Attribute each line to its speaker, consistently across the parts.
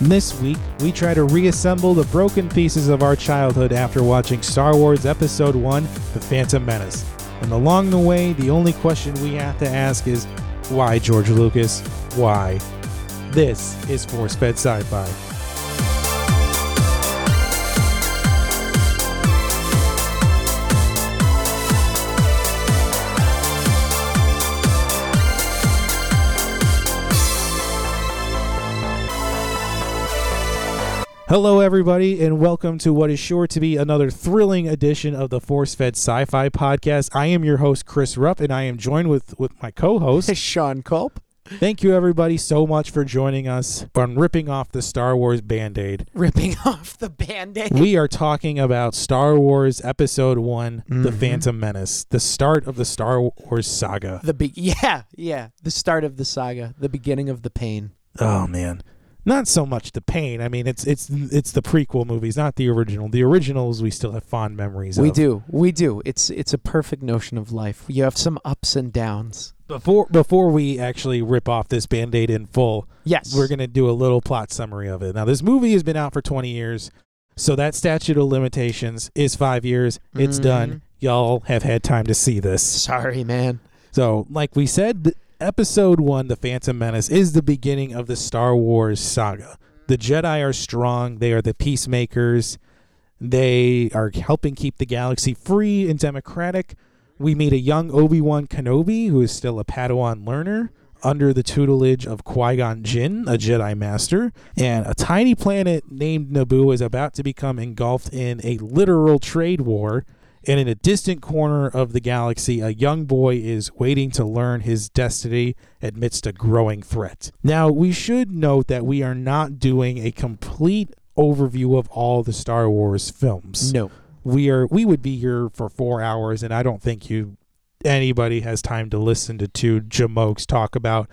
Speaker 1: This week, we try to reassemble the broken pieces of our childhood after watching Star Wars Episode 1 The Phantom Menace. And along the way, the only question we have to ask is why, George Lucas? Why? This is Force Fed Sci Fi. Hello, everybody, and welcome to what is sure to be another thrilling edition of the Force Fed Sci Fi Podcast. I am your host, Chris Rupp, and I am joined with, with my co host.
Speaker 2: Sean Culp.
Speaker 1: Thank you, everybody, so much for joining us on ripping off the Star Wars band aid.
Speaker 2: Ripping off the band aid.
Speaker 1: We are talking about Star Wars Episode one The
Speaker 2: Mm-hmm.
Speaker 1: Phantom Menace, the start of the Star Wars saga.
Speaker 2: The be- yeah, yeah. The start of the saga, the beginning of the pain.
Speaker 1: Oh, man. Not so much the pain. I mean, it's it's it's the prequel movies, not the original. The originals we still have fond memories
Speaker 2: We
Speaker 1: of.
Speaker 2: do. We do. It's it's a perfect notion of life. You have some ups and downs.
Speaker 1: Before before we actually rip off this band-aid in full,
Speaker 2: Yes.
Speaker 1: we're going to do a little plot summary of it. Now, this movie has been out for 20 years, so that statute of limitations is 5 years. It's done. Y'all have had time to see this.
Speaker 2: Sorry, man.
Speaker 1: So, like we said, th- episode 1, The Phantom Menace is the beginning of the Star Wars saga. The Jedi are strong, they are the peacemakers. They are helping keep the galaxy free and democratic. We meet a young Obi-Wan Kenobi who is still a Padawan learner under the tutelage of Qui-Gon Jinn, a Jedi master, and a tiny planet named Naboo is about to become engulfed in a literal trade war. And in a distant corner of the galaxy, a young boy is waiting to learn his destiny amidst a growing threat. Now, we should note that we are not doing a complete overview of all the Star Wars films
Speaker 2: No.
Speaker 1: we are we would be here for four hours and i don't think you anybody has time to listen to two jamokes talk about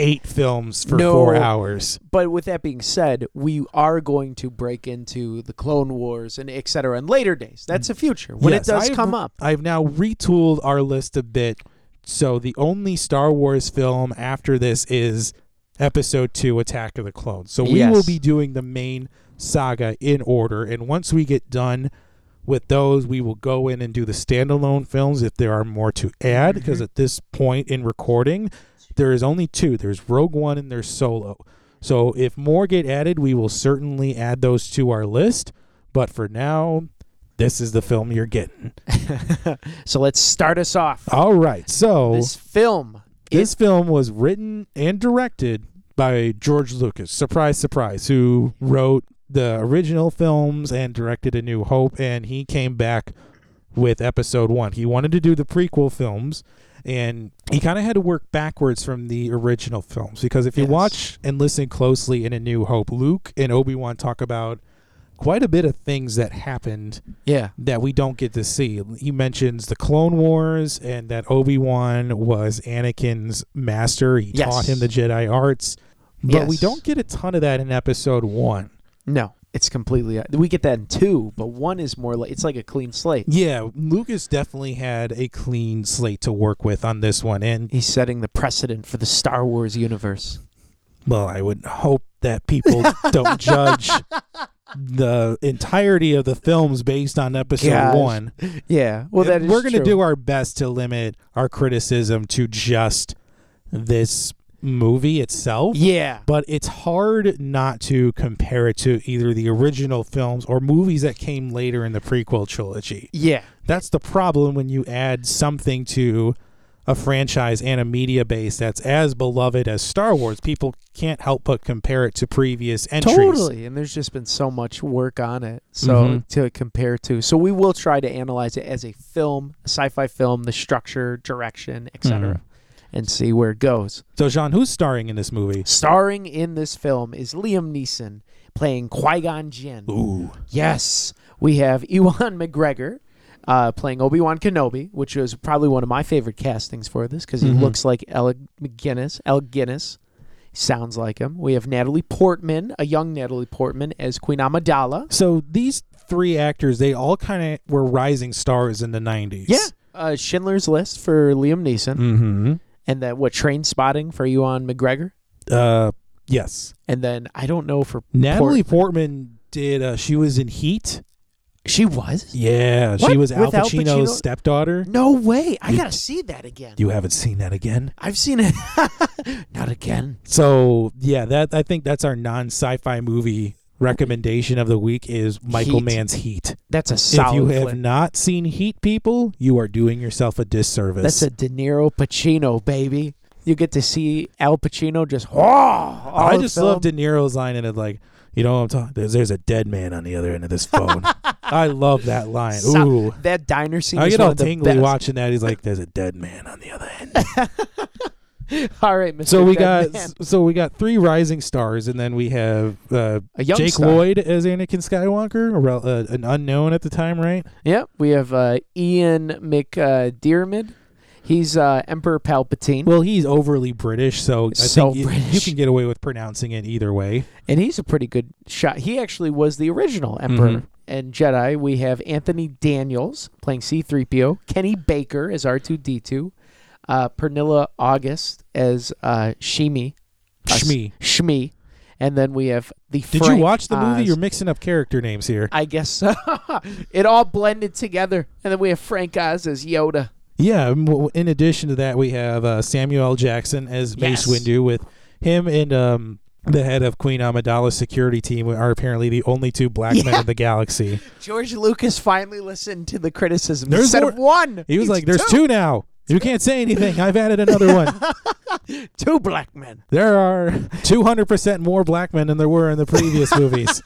Speaker 1: eight films for
Speaker 2: No.
Speaker 1: four hours
Speaker 2: But with that being said, we are going to break into the Clone Wars and et cetera and later days. That's the future. When
Speaker 1: Yes,
Speaker 2: it does
Speaker 1: I've-
Speaker 2: come up.
Speaker 1: i've now retooled our list a bit so the only star wars film after this is episode 2 attack of the clones so we
Speaker 2: Yes.
Speaker 1: will be doing the main saga in order and once we get done with those we will go in and do the standalone films if there are more to add because
Speaker 2: Mm-hmm.
Speaker 1: at this point in recording there is only two there's rogue one and there's solo so if more get added we will certainly add those to our list but for now this is the film you're getting
Speaker 2: So let's start us off.
Speaker 1: all right so
Speaker 2: This film.
Speaker 1: this film was written and directed by George Lucas. Surprise, surprise. Who wrote the original films and directed A New Hope, and he came back with Episode One. He wanted to do the prequel films, and he kind of had to work backwards from the original films because if you
Speaker 2: Yes.
Speaker 1: watch and listen closely in A New Hope, Luke and Obi Wan talk about quite a bit of things that happened
Speaker 2: Yeah.
Speaker 1: that we don't get to see. He mentions the Clone Wars and that Obi Wan was Anakin's master. He
Speaker 2: Yes.
Speaker 1: taught him the Jedi arts, but we
Speaker 2: Yes.
Speaker 1: don't get a ton of that in Episode One.
Speaker 2: No. It's completely we get that in two, but one is more like it's like a clean slate.
Speaker 1: Yeah, Lucas definitely had a clean slate to work with on this one, and
Speaker 2: He's setting the precedent for the Star Wars universe.
Speaker 1: well, I would hope that people don't judge the entirety of the films based on Episode
Speaker 2: Gosh.
Speaker 1: One.
Speaker 2: Yeah. Well, that is
Speaker 1: we're gonna
Speaker 2: true.
Speaker 1: do our best to limit our criticism to just this movie itself.
Speaker 2: Yeah.
Speaker 1: But it's hard not to compare it to either the original films or movies that came later in the prequel trilogy.
Speaker 2: Yeah.
Speaker 1: That's the problem when you add something to a franchise and a media base that's as beloved as Star Wars. People can't help but compare it to previous entries.
Speaker 2: Totally. And there's just been so much work on it. So
Speaker 1: Mhm.
Speaker 2: to compare to. So we will try to analyze it as a film, a sci-fi film, the structure, direction, etc.
Speaker 1: Mhm.
Speaker 2: And see where it goes.
Speaker 1: So, Jean, who's starring in this movie?
Speaker 2: Starring in this film is Liam Neeson playing Qui-Gon Jinn.
Speaker 1: Ooh.
Speaker 2: Yes, we have Ewan McGregor uh, playing Obi Wan Kenobi, which was probably one of my favorite castings for this because he
Speaker 1: Mhm.
Speaker 2: looks like Alec McGinnis. Alec Guinness sounds like him. We have Natalie Portman, a young Natalie Portman as Queen Amidala.
Speaker 1: So these three actors, they all kind of were rising stars in the 90s.
Speaker 2: Yeah, uh, Schindler's List for Liam Neeson,
Speaker 1: Mm-hmm.
Speaker 2: and that what Train Spotting for Ewan McGregor.
Speaker 1: Uh, Yes.
Speaker 2: And then I don't know for
Speaker 1: Natalie Portman did. Uh, she was in Heat.
Speaker 2: she was.
Speaker 1: Yeah,
Speaker 2: What?
Speaker 1: she was Al
Speaker 2: With Al
Speaker 1: Pacino's
Speaker 2: Pacino?
Speaker 1: stepdaughter.
Speaker 2: No way! I
Speaker 1: You-
Speaker 2: gotta see that again.
Speaker 1: You haven't seen that again.
Speaker 2: I've seen it. Not again.
Speaker 1: So yeah, that I think that's our non-sci-fi movie recommendation of the week is Michael
Speaker 2: Heat.
Speaker 1: Mann's Heat.
Speaker 2: That's a solid.
Speaker 1: if you have
Speaker 2: flick.
Speaker 1: not seen Heat, people, you are doing yourself a disservice.
Speaker 2: That's a De Niro Pacino baby. You get to see Al Pacino just. Oh, all
Speaker 1: I
Speaker 2: the
Speaker 1: just
Speaker 2: film.
Speaker 1: love De Niro's line in it, like, you know, what I'm talking. There's, there's a dead man on the other end of this phone. I love that line.
Speaker 2: So-
Speaker 1: Ooh,
Speaker 2: that diner scene.
Speaker 1: I
Speaker 2: is
Speaker 1: get
Speaker 2: one
Speaker 1: all
Speaker 2: of the
Speaker 1: tingly
Speaker 2: best.
Speaker 1: watching that. He's like, "There's a dead man on the other end."
Speaker 2: All right, Mr.
Speaker 1: So we got,
Speaker 2: Dead Man.
Speaker 1: so we got three rising stars, and then we have uh,
Speaker 2: a young
Speaker 1: Jake
Speaker 2: star.
Speaker 1: Lloyd as Anakin Skywalker, a rel- uh, an unknown at the time, right?
Speaker 2: Yep, we have uh, Ian McDiarmid. He's uh, Emperor Palpatine,
Speaker 1: Well, he's overly British, so I
Speaker 2: So
Speaker 1: think you- you
Speaker 2: British.
Speaker 1: can get away with pronouncing it either way.
Speaker 2: and he's a pretty good shot. He actually was the original Emperor
Speaker 1: Mhm.
Speaker 2: and Jedi. We have Anthony Daniels playing C-3PO, Kenny Baker as R2-D2, uh, Pernilla August as uh, Shmi, Uh, s-
Speaker 1: Shmi.
Speaker 2: Shmi, and then we have the.
Speaker 1: Did you
Speaker 2: Frank uh,
Speaker 1: watch the movie?
Speaker 2: Oz.
Speaker 1: You're mixing up character names here.
Speaker 2: I guess so. it all blended together, and then we have Frank Oz as Yoda.
Speaker 1: Yeah. m- w- In addition to that, we have uh, Samuel L. Jackson as Mace
Speaker 2: Yes.
Speaker 1: Windu, with him and um, the head of Queen Amidala's security team are apparently the only two black men
Speaker 2: Yeah.
Speaker 1: in the galaxy.
Speaker 2: George Lucas finally listened to the criticism
Speaker 1: There's
Speaker 2: instead
Speaker 1: more-
Speaker 2: of one.
Speaker 1: He was
Speaker 2: he's
Speaker 1: like, "There's two now. You can't say anything. I've added another one.
Speaker 2: two black men.
Speaker 1: There are 200 percent more black men than there were in the previous movies."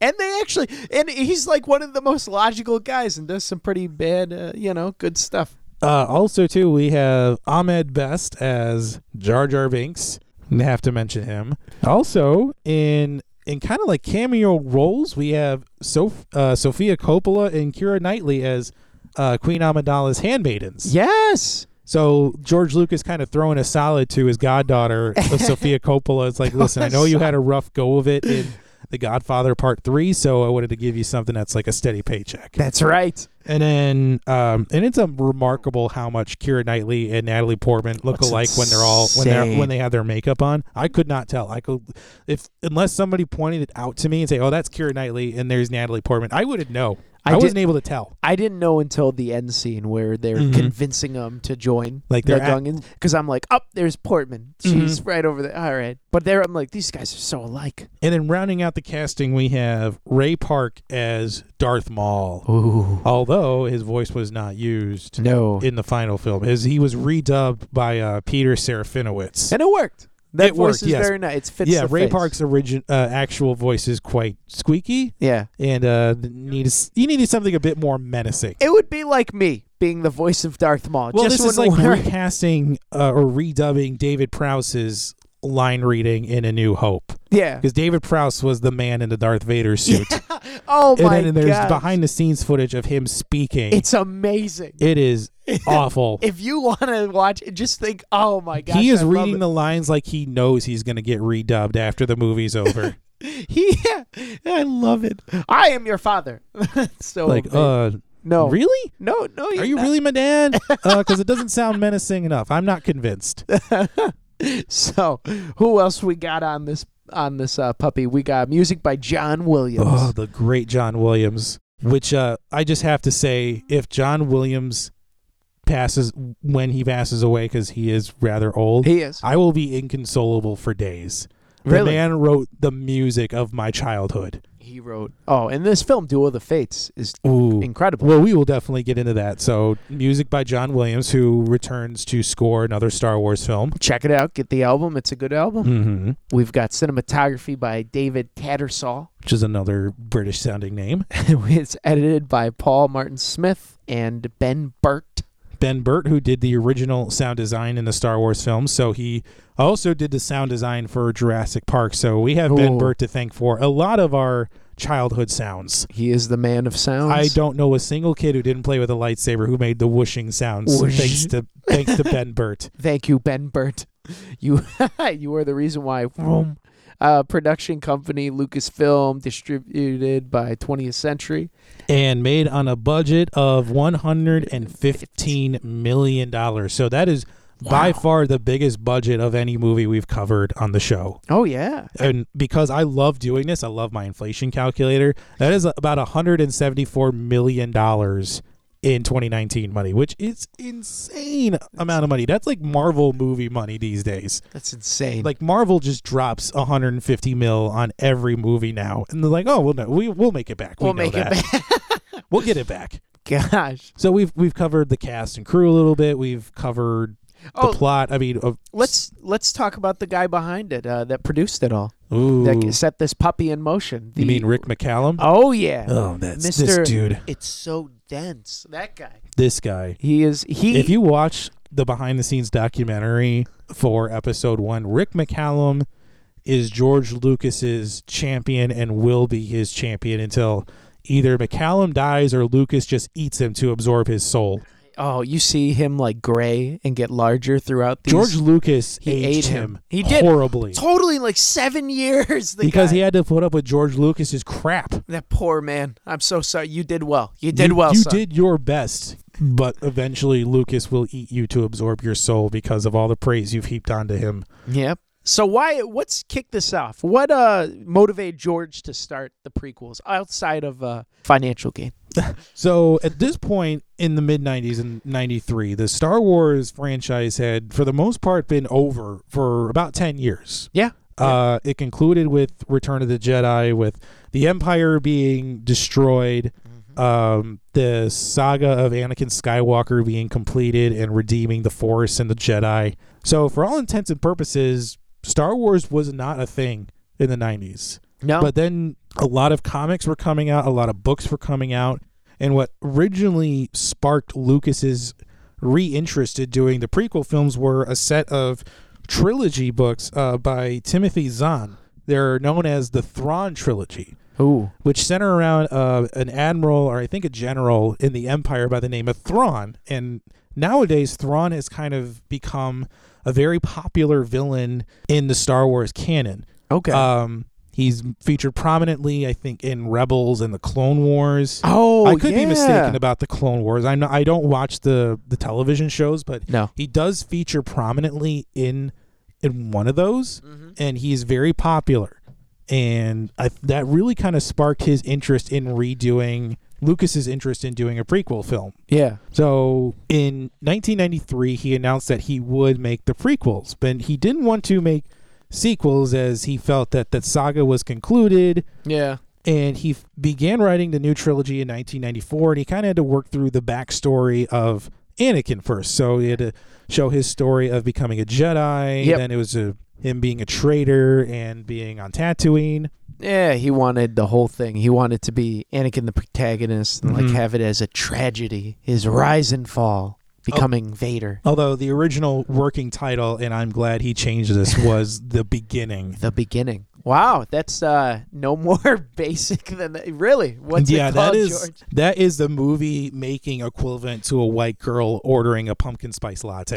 Speaker 2: And they actually, and he's like one of the most logical guys and does some pretty bad, uh, you know, good stuff.
Speaker 1: Uh, also, too, we have Ahmed Best as Jar Jar Binks. I have to mention him. Also, in in kind of like cameo roles, we have Sof- uh, Sophia Coppola and Kira Knightley as uh, Queen Amidala's handmaidens.
Speaker 2: Yes.
Speaker 1: So George Lucas kind of throwing a solid to his goddaughter, Sophia Coppola. It's like, listen, I
Speaker 2: Oh,
Speaker 1: know you had a rough go of it in The Godfather Part Three, so I wanted to give you something that's like a steady paycheck.
Speaker 2: That's right.
Speaker 1: And then, um, and it's um remarkable how much Kira Knightley and Natalie Portman look
Speaker 2: That's
Speaker 1: alike when they're all when they
Speaker 2: insane.
Speaker 1: when they have their makeup on. I could not tell. I could, if unless somebody pointed it out to me and say, "Oh, that's Kira Knightley," and there's Natalie Portman, I wouldn't know. I,
Speaker 2: I
Speaker 1: wasn't
Speaker 2: did-
Speaker 1: able to tell.
Speaker 2: I didn't know until the end scene where they're
Speaker 1: Mhm.
Speaker 2: convincing him to join.
Speaker 1: Like
Speaker 2: the
Speaker 1: they're at- Mm-hmm.
Speaker 2: Gungans. Because I'm like, up oh, there's Portman. She's right over there. All right. But there, I'm like, these guys are so alike.
Speaker 1: And then rounding out the casting, we have Ray Park as Darth Maul,
Speaker 2: Ooh.
Speaker 1: although his voice was not used
Speaker 2: No.
Speaker 1: in the final film, as he was redubbed by uh, Peter Serafinowicz.
Speaker 2: and it worked.
Speaker 1: It
Speaker 2: That voice
Speaker 1: worked,
Speaker 2: is
Speaker 1: yes.
Speaker 2: very nice. It fits
Speaker 1: Yeah,
Speaker 2: the
Speaker 1: Ray
Speaker 2: face.
Speaker 1: Park's origin uh, actual voice is quite squeaky.
Speaker 2: Yeah.
Speaker 1: and uh, needs you needed something a bit more menacing.
Speaker 2: It would be like me being the voice of Darth Maul.
Speaker 1: well,
Speaker 2: Just
Speaker 1: this is like
Speaker 2: wouldn't work.
Speaker 1: recasting uh, or redubbing David Prowse's line reading in A New Hope
Speaker 2: yeah.
Speaker 1: because David Prowse was the man in the Darth Vader suit,
Speaker 2: Oh
Speaker 1: and
Speaker 2: my
Speaker 1: then there's
Speaker 2: gosh.
Speaker 1: behind the scenes footage of him speaking.
Speaker 2: It's amazing.
Speaker 1: it is awful.
Speaker 2: if you want to watch, it, just think, oh my gosh,
Speaker 1: he is
Speaker 2: I love
Speaker 1: reading
Speaker 2: it.
Speaker 1: the lines like he knows he's going to get redubbed after the movie's over.
Speaker 2: He, I love it. I am your father. so
Speaker 1: like,
Speaker 2: amazing.
Speaker 1: uh,
Speaker 2: no,
Speaker 1: really?
Speaker 2: no, no.
Speaker 1: Are you
Speaker 2: not.
Speaker 1: really my dad? Because it doesn't sound menacing enough. I'm not convinced.
Speaker 2: So, who else we got on this on this uh, puppy? We got music by John Williams.
Speaker 1: Oh, the great John Williams, which uh, I just have to say, if John Williams passes when he passes away, because he is rather old,
Speaker 2: he is
Speaker 1: I will be inconsolable for days. The
Speaker 2: Really?
Speaker 1: man wrote the music of my childhood.
Speaker 2: he wrote. Oh, and this film, Duel of the Fates, is
Speaker 1: Ooh.
Speaker 2: incredible.
Speaker 1: Well, we will definitely get into that. So, music by John Williams, who returns to score another Star Wars film.
Speaker 2: Check it out. Get the album. It's a good album.
Speaker 1: Mm-hmm.
Speaker 2: We've got cinematography by David Tattersall.
Speaker 1: Which is another British sounding name.
Speaker 2: it's edited by Paul Martin Smith and Ben Burt.
Speaker 1: Ben Burt, who did the original sound design in the Star Wars films. So he also did the sound design for Jurassic Park. So we have Ben
Speaker 2: Ooh.
Speaker 1: Burt to thank for a lot of our childhood sounds.
Speaker 2: He is the man of sounds.
Speaker 1: I don't know a single kid who didn't play with a lightsaber who made the whooshing sounds
Speaker 2: Whoosh.
Speaker 1: thanks to thanks to Ben Burt.
Speaker 2: Thank you, Ben Burt. You you are the reason why. Vroom. Uh, production company Lucasfilm, distributed by 20th Century.
Speaker 1: And made on a budget of one hundred and fifteen million dollars. So that is by far the biggest budget of any movie we've covered on the show.
Speaker 2: Oh yeah.
Speaker 1: And because I love doing this, I love my inflation calculator. That is about 174 million dollars in 2019 money, which is insane amount of money. That's like Marvel movie money these days.
Speaker 2: That's insane.
Speaker 1: Like Marvel just drops 150 mil on every movie now, and they're like, "Oh, well, no, we we'll make it back. We
Speaker 2: we'll
Speaker 1: know
Speaker 2: make
Speaker 1: that.
Speaker 2: it back.
Speaker 1: We'll get it back."
Speaker 2: Gosh.
Speaker 1: So we've we've covered the cast and crew a little bit. We've covered
Speaker 2: Oh.
Speaker 1: the plot. I mean, of,
Speaker 2: Let's let's talk about the guy behind it uh, that produced it all.
Speaker 1: ooh,
Speaker 2: That set this puppy in motion. The,
Speaker 1: you mean Rick McCallum?
Speaker 2: Oh yeah.
Speaker 1: oh, that's
Speaker 2: Mr.
Speaker 1: this dude.
Speaker 2: It's so dense. That guy.
Speaker 1: This guy.
Speaker 2: He is he
Speaker 1: If you watch the behind the scenes documentary for episode one, Rick McCallum is George Lucas's champion and will be his champion until either McCallum dies or Lucas just eats him to absorb his soul.
Speaker 2: Oh, you see him like gray and get larger throughout these
Speaker 1: George Lucas
Speaker 2: He
Speaker 1: aged
Speaker 2: ate him.
Speaker 1: him.
Speaker 2: He did.
Speaker 1: horribly
Speaker 2: totally like 7 years the
Speaker 1: because
Speaker 2: guy.
Speaker 1: he had to put up with George Lucas's crap.
Speaker 2: that poor man. I'm so sorry. You did well. You did
Speaker 1: you,
Speaker 2: well,
Speaker 1: You
Speaker 2: son.
Speaker 1: did your best, but eventually Lucas will eat you to absorb your soul because of all the praise you've heaped onto him.
Speaker 2: Yep. So why? What's kick this off? What uh motivated George to start the prequels outside of uh, financial gain?
Speaker 1: So at this point in the mid 90s and 93, the Star Wars franchise had, for the most part, been over for about 10 years.
Speaker 2: Yeah.
Speaker 1: Uh, it concluded with Return of the Jedi, with the Empire being destroyed, um, the saga of Anakin Skywalker being completed and redeeming the Force and the Jedi. So, for all intents and purposes, Star Wars was not a thing in the 90s.
Speaker 2: No.
Speaker 1: But then a lot of comics were coming out, a lot of books were coming out, and what originally sparked Lucas's reinterest in doing the prequel films were a set of trilogy books uh, by Timothy Zahn. They're known as the Thrawn trilogy,
Speaker 2: Ooh.
Speaker 1: which center around uh, an admiral or I think a general in the Empire by the name of Thrawn. And nowadays, Thrawn has kind of become a very popular villain in the Star Wars canon.
Speaker 2: Okay.
Speaker 1: Um, he's featured prominently, I think, in Rebels and the Clone Wars.
Speaker 2: oh,
Speaker 1: I could
Speaker 2: yeah.
Speaker 1: be mistaken about the Clone Wars. I'm not, I don't watch the the television shows, but
Speaker 2: No.
Speaker 1: he does feature prominently in in one of those,
Speaker 2: Mm-hmm.
Speaker 1: and he's very popular. And I, that really kind of sparked his interest in redoing Lucas's interest in doing a prequel film.
Speaker 2: Yeah.
Speaker 1: So in 1993, he announced that he would make the prequels, but he didn't want to make sequels as he felt that that saga was concluded.
Speaker 2: Yeah.
Speaker 1: And he f- began writing the new trilogy in 1994, and he kind of had to work through the backstory of Anakin first. So he had to show his story of becoming a Jedi,
Speaker 2: Yep.
Speaker 1: then it was a, him being a traitor and being on Tatooine.
Speaker 2: Yeah. He wanted the whole thing. He wanted to be Anakin the protagonist and like have it as a tragedy, his rise and fall, becoming Vader,
Speaker 1: Although the original working title, and I'm glad he changed this, was The Beginning.
Speaker 2: the beginning. Wow, that's uh no more basic than that. really. What's
Speaker 1: yeah,
Speaker 2: it called,
Speaker 1: that is
Speaker 2: George?
Speaker 1: that is the movie making equivalent to a white girl ordering a pumpkin spice latte.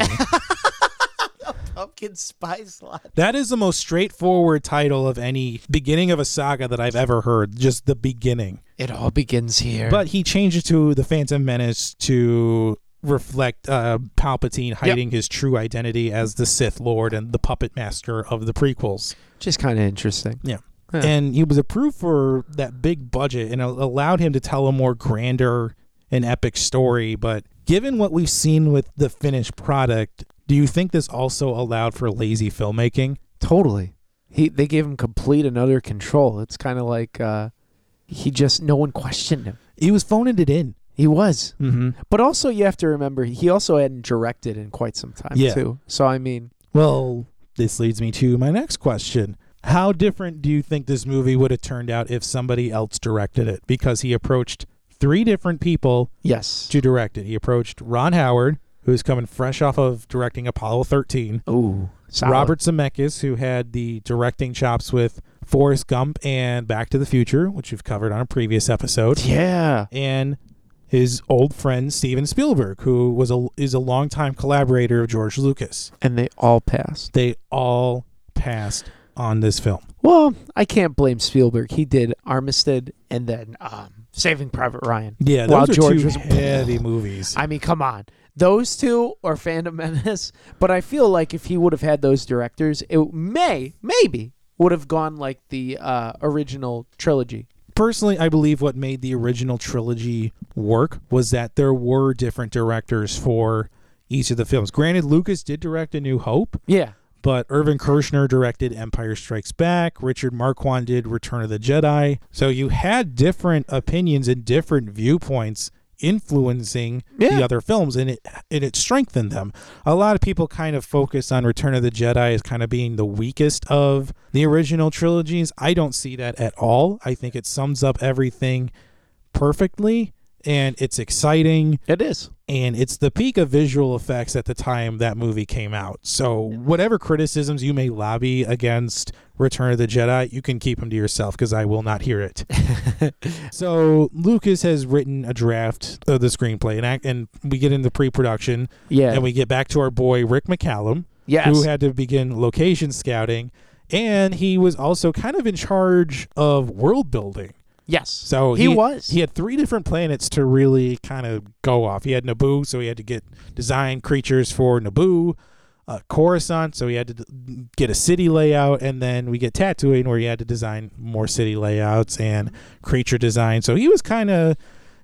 Speaker 2: Pumpkin spice latte.
Speaker 1: that is the most straightforward title of any beginning of a saga that I've ever heard. Just the beginning.
Speaker 2: It all begins here.
Speaker 1: But he changed it to the Phantom Menace to reflect uh, Palpatine hiding his true identity as the Sith Lord and the puppet master of the prequels.
Speaker 2: just kind of interesting.
Speaker 1: Yeah.
Speaker 2: Yeah.
Speaker 1: And he was approved for that big budget and it allowed him to tell a more grander and epic story. But given what we've seen with the finished product, do you think this also allowed for lazy filmmaking?
Speaker 2: Totally. He they gave him complete and utter control. It's kind of like uh, he just no one questioned him.
Speaker 1: He was phoning it in.
Speaker 2: He was.
Speaker 1: Mm-hmm.
Speaker 2: But also you have to remember he also hadn't directed in quite some time
Speaker 1: Yeah.
Speaker 2: too. So I mean,
Speaker 1: Well, this leads me to my next question. How different do you think this movie would have turned out if somebody else directed it? Because he approached three different people
Speaker 2: yes.
Speaker 1: to direct it. He approached Ron Howard, who's coming fresh off of directing Apollo 13.
Speaker 2: Ooh. solid.
Speaker 1: Robert Zemeckis, who had the directing chops with Forrest Gump and Back to the Future, which we've covered on a previous episode,
Speaker 2: Yeah.
Speaker 1: and his old friend Steven Spielberg, who was a is a longtime collaborator of George Lucas.
Speaker 2: And they all passed.
Speaker 1: They all passed on this film.
Speaker 2: Well, I can't blame Spielberg. He did Armistead and then um Saving Private Ryan.
Speaker 1: Yeah,
Speaker 2: While
Speaker 1: those are
Speaker 2: George
Speaker 1: two
Speaker 2: was-
Speaker 1: heavy movies.
Speaker 2: I mean, come on. Those two or Phantom Menace, but I feel like if he would have had those directors, it may, maybe, would have gone like the uh, original trilogy.
Speaker 1: personally, I believe what made the original trilogy work was that there were different directors for each of the films. Granted, Lucas did direct A New Hope,
Speaker 2: Yeah.
Speaker 1: but Irvin Kershner directed Empire Strikes Back. Richard Marquand did Return of the Jedi. So you had different opinions and different viewpoints influencing
Speaker 2: Yeah.
Speaker 1: the other films, and it and it strengthened them. A lot of people kind of focus on Return of the Jedi as kind of being the weakest of the original trilogies. I don't see that at all. I think it sums up everything perfectly, and it's exciting
Speaker 2: It is.
Speaker 1: and it's the peak of visual effects at the time that movie came out. So whatever criticisms you may lobby against Return of the Jedi, you can keep them to yourself because I will not hear it. so Lucas has written a draft of the screenplay, and I, and we get into pre-production,
Speaker 2: Yeah.
Speaker 1: and we get back to our boy Rick McCallum,
Speaker 2: yes.
Speaker 1: who had to begin location scouting, and he was also kind of in charge of world building.
Speaker 2: yes.
Speaker 1: So
Speaker 2: he, was.
Speaker 1: He had three different planets to really kind of go off. He had Naboo, so he had to get design creatures for Naboo, uh, Coruscant, so he had to d- get a city layout, and then we get Tatooine, where he had to design more city layouts and creature design. So he was kind of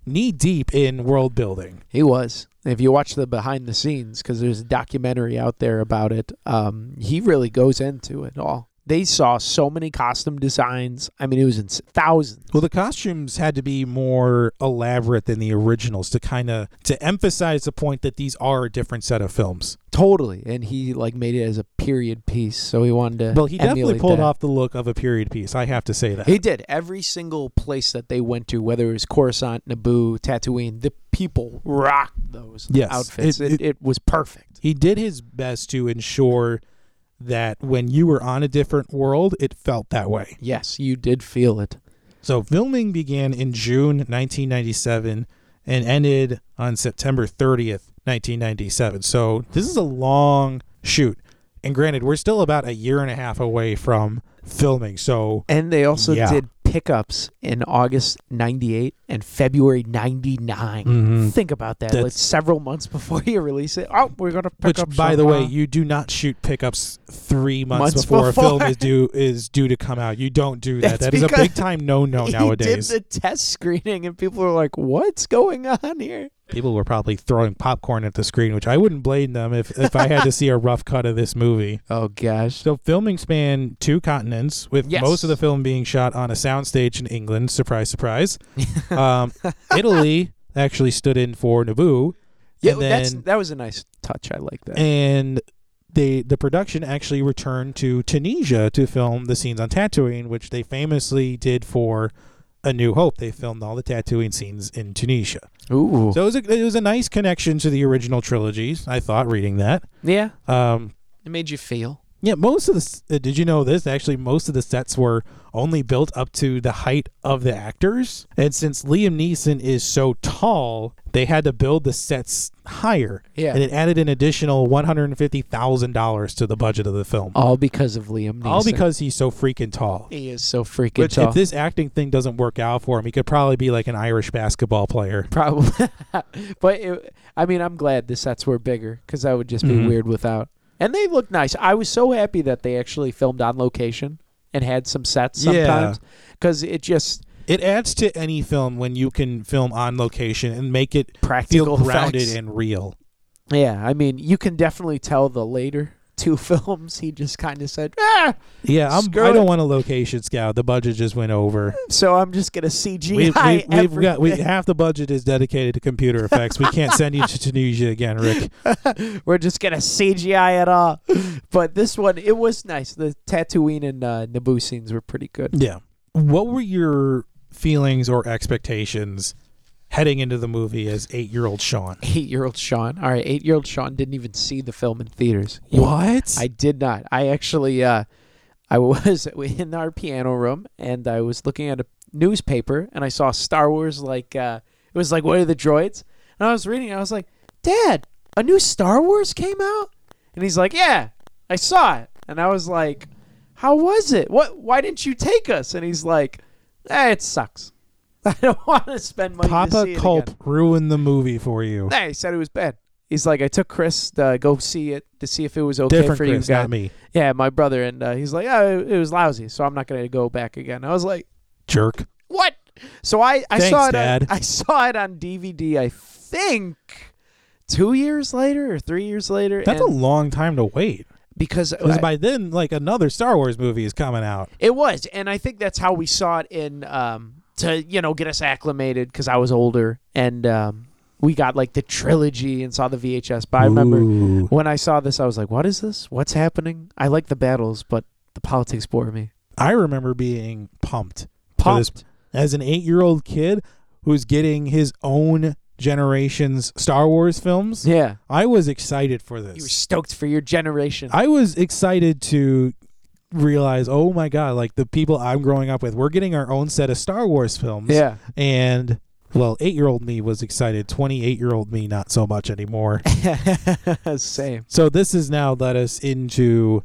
Speaker 1: knee deep in world building.
Speaker 2: He was. If you watch the behind the scenes, because there's a documentary out there about it, um, he really goes into it all. They saw so many costume designs. I mean, it was in s- thousands.
Speaker 1: Well, the costumes had to be more elaborate than the originals to kind of to emphasize the point that these are a different set of films.
Speaker 2: Totally. And he like made it as a period piece, so he wanted to.
Speaker 1: Well, he definitely
Speaker 2: emulate
Speaker 1: pulled
Speaker 2: that.
Speaker 1: off the look of a period piece. I have to say that.
Speaker 2: He did. Every single place that they went to, whether it was Coruscant, Naboo, Tatooine, the people rocked those
Speaker 1: Yes.
Speaker 2: outfits.
Speaker 1: It-
Speaker 2: It, it, was perfect.
Speaker 1: he did his best to ensure that when you were on a different world, it felt that way.
Speaker 2: Yes, you did feel it.
Speaker 1: So filming began in June 1997 and ended on September 30th, 1997. So this is a long shoot. And granted, we're still about a year and a half away from filming. So
Speaker 2: And they also
Speaker 1: Yeah.
Speaker 2: did pickups in August 98 and February 99.
Speaker 1: Mhm.
Speaker 2: Think about that. like
Speaker 1: That's-
Speaker 2: several months before you release it. Oh, we're going to pick
Speaker 1: which
Speaker 2: up
Speaker 1: by
Speaker 2: some,
Speaker 1: the way,
Speaker 2: uh,
Speaker 1: you do not shoot pickups 3 months,
Speaker 2: Months
Speaker 1: before, a film
Speaker 2: before.
Speaker 1: is due is due to come out. You don't do that.
Speaker 2: That's
Speaker 1: that is a
Speaker 2: because
Speaker 1: big time no no
Speaker 2: he
Speaker 1: nowadays.
Speaker 2: did the test screening and people were like, "What's going on here?"
Speaker 1: people were probably throwing popcorn at the screen, which I wouldn't blame them if, if I had to see a rough cut of this movie.
Speaker 2: Oh gosh.
Speaker 1: So filming spanned two continents, with
Speaker 2: Yes.
Speaker 1: most of the film being shot on a soundstage in England. Surprise, surprise. um, Italy actually stood in for Naboo,
Speaker 2: Yeah,
Speaker 1: and
Speaker 2: that's
Speaker 1: then-
Speaker 2: that was a nice touch. I like that.
Speaker 1: and they the production actually returned to Tunisia to film the scenes on Tatooine, which they famously did for A New Hope. They filmed all the Tatooine scenes in Tunisia.
Speaker 2: Ooh.
Speaker 1: So it was a, it was a nice connection to the original trilogies. I thought reading that.
Speaker 2: yeah.
Speaker 1: Um,
Speaker 2: It made you feel.
Speaker 1: yeah, most of the s- uh, did you know this? Actually, most of the sets were only built up to the height of the actors, and since Liam Neeson is so tall, they had to build the sets higher.
Speaker 2: Yeah.
Speaker 1: and it added an additional one hundred and fifty thousand dollars to the budget of the film,
Speaker 2: All because of Liam Neeson.
Speaker 1: all because he's so freaking tall.
Speaker 2: he is so freaking
Speaker 1: Which,
Speaker 2: tall.
Speaker 1: if this acting thing doesn't work out for him, he could probably be like an Irish basketball player.
Speaker 2: Probably. but it, I mean, I'm glad the sets were bigger because that would just be
Speaker 1: Mhm.
Speaker 2: weird without. And they look nice. I was so happy that they actually filmed on location and had some sets
Speaker 1: Yeah.
Speaker 2: sometimes because it just
Speaker 1: It adds to any film when you can film on location and make it
Speaker 2: practical
Speaker 1: feel grounded
Speaker 2: effects.
Speaker 1: and real.
Speaker 2: yeah, I mean, you can definitely tell the later two films. He just kind of said, ah,
Speaker 1: Yeah, I'm,
Speaker 2: Screw
Speaker 1: I
Speaker 2: it.
Speaker 1: don't want a location scout. The budget just went over.
Speaker 2: so I'm just gonna CGI
Speaker 1: We've, we've, we've got we,
Speaker 2: everything.
Speaker 1: half the budget is dedicated to computer effects. We can't send you to Tunisia again, Rick.
Speaker 2: We're just gonna CGI it all. But this one, it was nice. The Tatooine and uh, Naboo scenes were pretty good.
Speaker 1: Yeah. What were your feelings or expectations heading into the movie as eight-year-old Sean?
Speaker 2: eight year old Sean. All right, eight year old Sean didn't even see the film in theaters.
Speaker 1: What?
Speaker 2: I did not. I actually, uh, I was in our piano room and I was looking at a newspaper and I saw Star Wars. Like uh, it was like what are the droids? And I was reading. And I was like, Dad, a new Star Wars came out. And he's like, Yeah, I saw it. And I was like, How was it? What? Why didn't you take us? And he's like, eh, It sucks. I don't want to spend money. to see
Speaker 1: Papa
Speaker 2: it again.
Speaker 1: Culp ruined the movie for you.
Speaker 2: Nah, he said it was bad. He's like, I took Chris to go see it to see if it was okay
Speaker 1: Different
Speaker 2: for
Speaker 1: Chris,
Speaker 2: you guys.
Speaker 1: not me.
Speaker 2: Yeah, my brother, and uh, he's like, oh, it was lousy, so I'm not gonna go back again. I was like,
Speaker 1: Jerk.
Speaker 2: what? So I, I
Speaker 1: Thanks,
Speaker 2: saw it.
Speaker 1: Dad.
Speaker 2: On, I saw it on DVD. I think two years later or three years later.
Speaker 1: That's a
Speaker 2: and
Speaker 1: long time to wait.
Speaker 2: because
Speaker 1: Because
Speaker 2: I-
Speaker 1: by then, like another Star Wars movie is coming out.
Speaker 2: it was, and I think that's how we saw it in um, to you know get us acclimated because I was older and um, we got like the trilogy and saw the VHS. But I remember
Speaker 1: Ooh.
Speaker 2: when I saw this, I was like, "What is this? What's happening?" I like the battles, but the politics bore me.
Speaker 1: I remember being pumped For this-
Speaker 2: Pumped.
Speaker 1: as an eight-year-old kid who's getting his own generation's Star Wars films.
Speaker 2: Yeah,
Speaker 1: I was excited for
Speaker 2: you were
Speaker 1: this.
Speaker 2: stoked for your generation.
Speaker 1: I was excited to realize, oh my god, like the people I'm growing up with, we're getting our own set of Star Wars films.
Speaker 2: yeah,
Speaker 1: And well, eight year old me was excited. Twenty eight year old me not so much anymore.
Speaker 2: same.
Speaker 1: so this has now led us into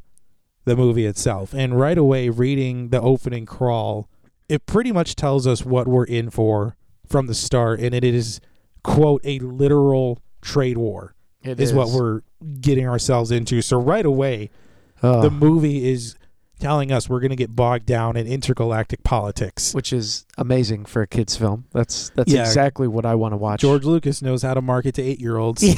Speaker 1: the movie itself. And right away reading the opening crawl, it pretty much tells us what we're in for from the start, and it is quote a literal trade war
Speaker 2: It
Speaker 1: is what we're getting ourselves into. So right away,
Speaker 2: Oh.
Speaker 1: the movie is telling us we're going to get bogged down in intergalactic politics.
Speaker 2: which is amazing for a kids film. That's that's
Speaker 1: Yeah.
Speaker 2: exactly what I want to watch.
Speaker 1: George Lucas knows how to market to eight-year-olds.
Speaker 2: Yeah.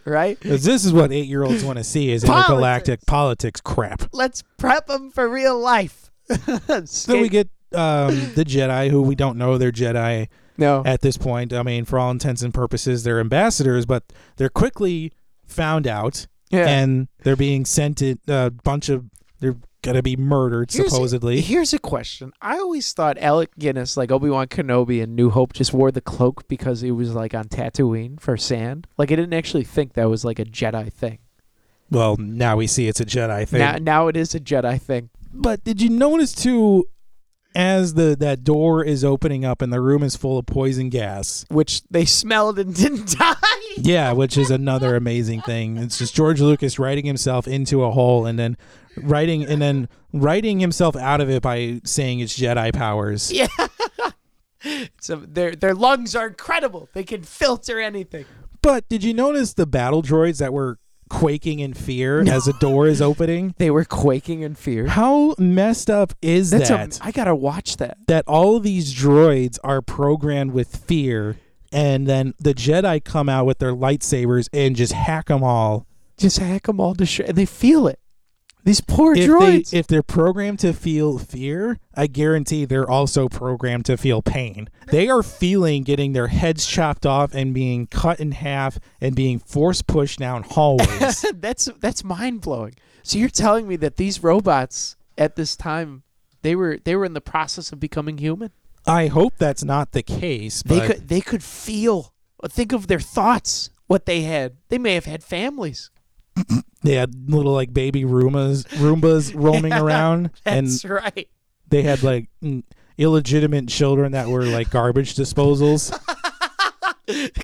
Speaker 2: right?
Speaker 1: 'Cause this is what eight-year-olds want to see is
Speaker 2: Politics.
Speaker 1: intergalactic politics crap.
Speaker 2: Let's prep them for real life.
Speaker 1: So we get um, the Jedi, who we don't know they're Jedi
Speaker 2: no.
Speaker 1: at this point. I mean, for all intents and purposes, they're ambassadors, but they're quickly found out,
Speaker 2: Yeah.
Speaker 1: and they're being sent a uh, bunch of. They're gonna be murdered
Speaker 2: Here's-
Speaker 1: supposedly.
Speaker 2: Here's a question. I always thought Alec Guinness, like Obi Wan Kenobi and New Hope, just wore the cloak because it was like on Tatooine for sand. Like I didn't actually think that was like a Jedi thing.
Speaker 1: Well, now we see it's a Jedi thing.
Speaker 2: Now, now it is a Jedi thing.
Speaker 1: But did you notice too, as the that door is opening up and the room is full of poison gas?
Speaker 2: Which they smelled and didn't die.
Speaker 1: Yeah, which is another amazing thing. It's just George Lucas writing himself into a hole and then writing and then writing himself out of it by saying it's Jedi powers.
Speaker 2: So their their lungs are incredible. They can filter anything.
Speaker 1: But did you notice the battle droids that were quaking in fear as the door is opening?
Speaker 2: They were quaking in fear.
Speaker 1: How messed up is
Speaker 2: That's
Speaker 1: that?
Speaker 2: a, I gotta watch that.
Speaker 1: that all of these droids are programmed with fear and then the jedi come out with their lightsabers and just hack them all
Speaker 2: Just hack them all to shit, and they feel it. These poor
Speaker 1: if
Speaker 2: droids.
Speaker 1: they if they're programmed to feel fear i guarantee they're also programmed to feel pain they are feeling getting their heads chopped off and being cut in half and being force pushed down hallways
Speaker 2: that's that's mind blowing. So you're telling me that these robots at this time they were they were in the process of becoming human.
Speaker 1: i hope that's not the case
Speaker 2: They
Speaker 1: but
Speaker 2: could they could feel. Think of their thoughts. What they had. They may have had families.
Speaker 1: they had little like baby roombas roombas roaming around and
Speaker 2: That's right.
Speaker 1: they had like mm, illegitimate children that were like garbage disposals.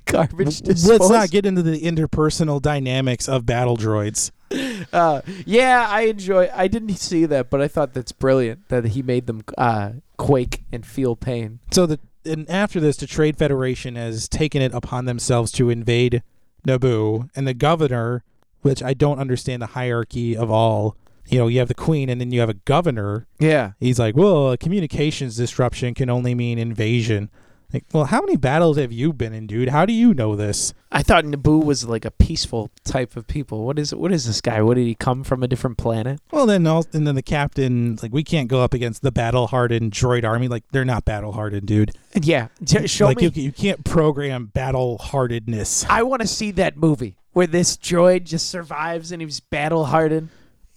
Speaker 2: Garbage disposal.
Speaker 1: Let's not get into the interpersonal dynamics of battle droids.
Speaker 2: uh, yeah, I enjoy. I didn't see that, but I thought that's brilliant that he made them uh, quake and feel pain.
Speaker 1: So the and after this, the Trade Federation has taken it upon themselves to invade Naboo, and the governor, which I don't understand the hierarchy of all. You know, you have the queen, and then you have a governor.
Speaker 2: Yeah,
Speaker 1: He's like, well, a communications disruption can only mean invasion. Like, well, how many battles have you been in, dude? How do you know this?
Speaker 2: I thought Naboo was like a peaceful type of people. What is what is this guy? What did he come from a different planet?
Speaker 1: Well, then, all, and then the captain, like, we can't go up against the battle hardened droid army. Like, they're not battle hardened, dude.
Speaker 2: Yeah, t- show
Speaker 1: like,
Speaker 2: me.
Speaker 1: You, you can't program battle hardedness.
Speaker 2: I want to see that movie where this droid just survives and he's battle hardened.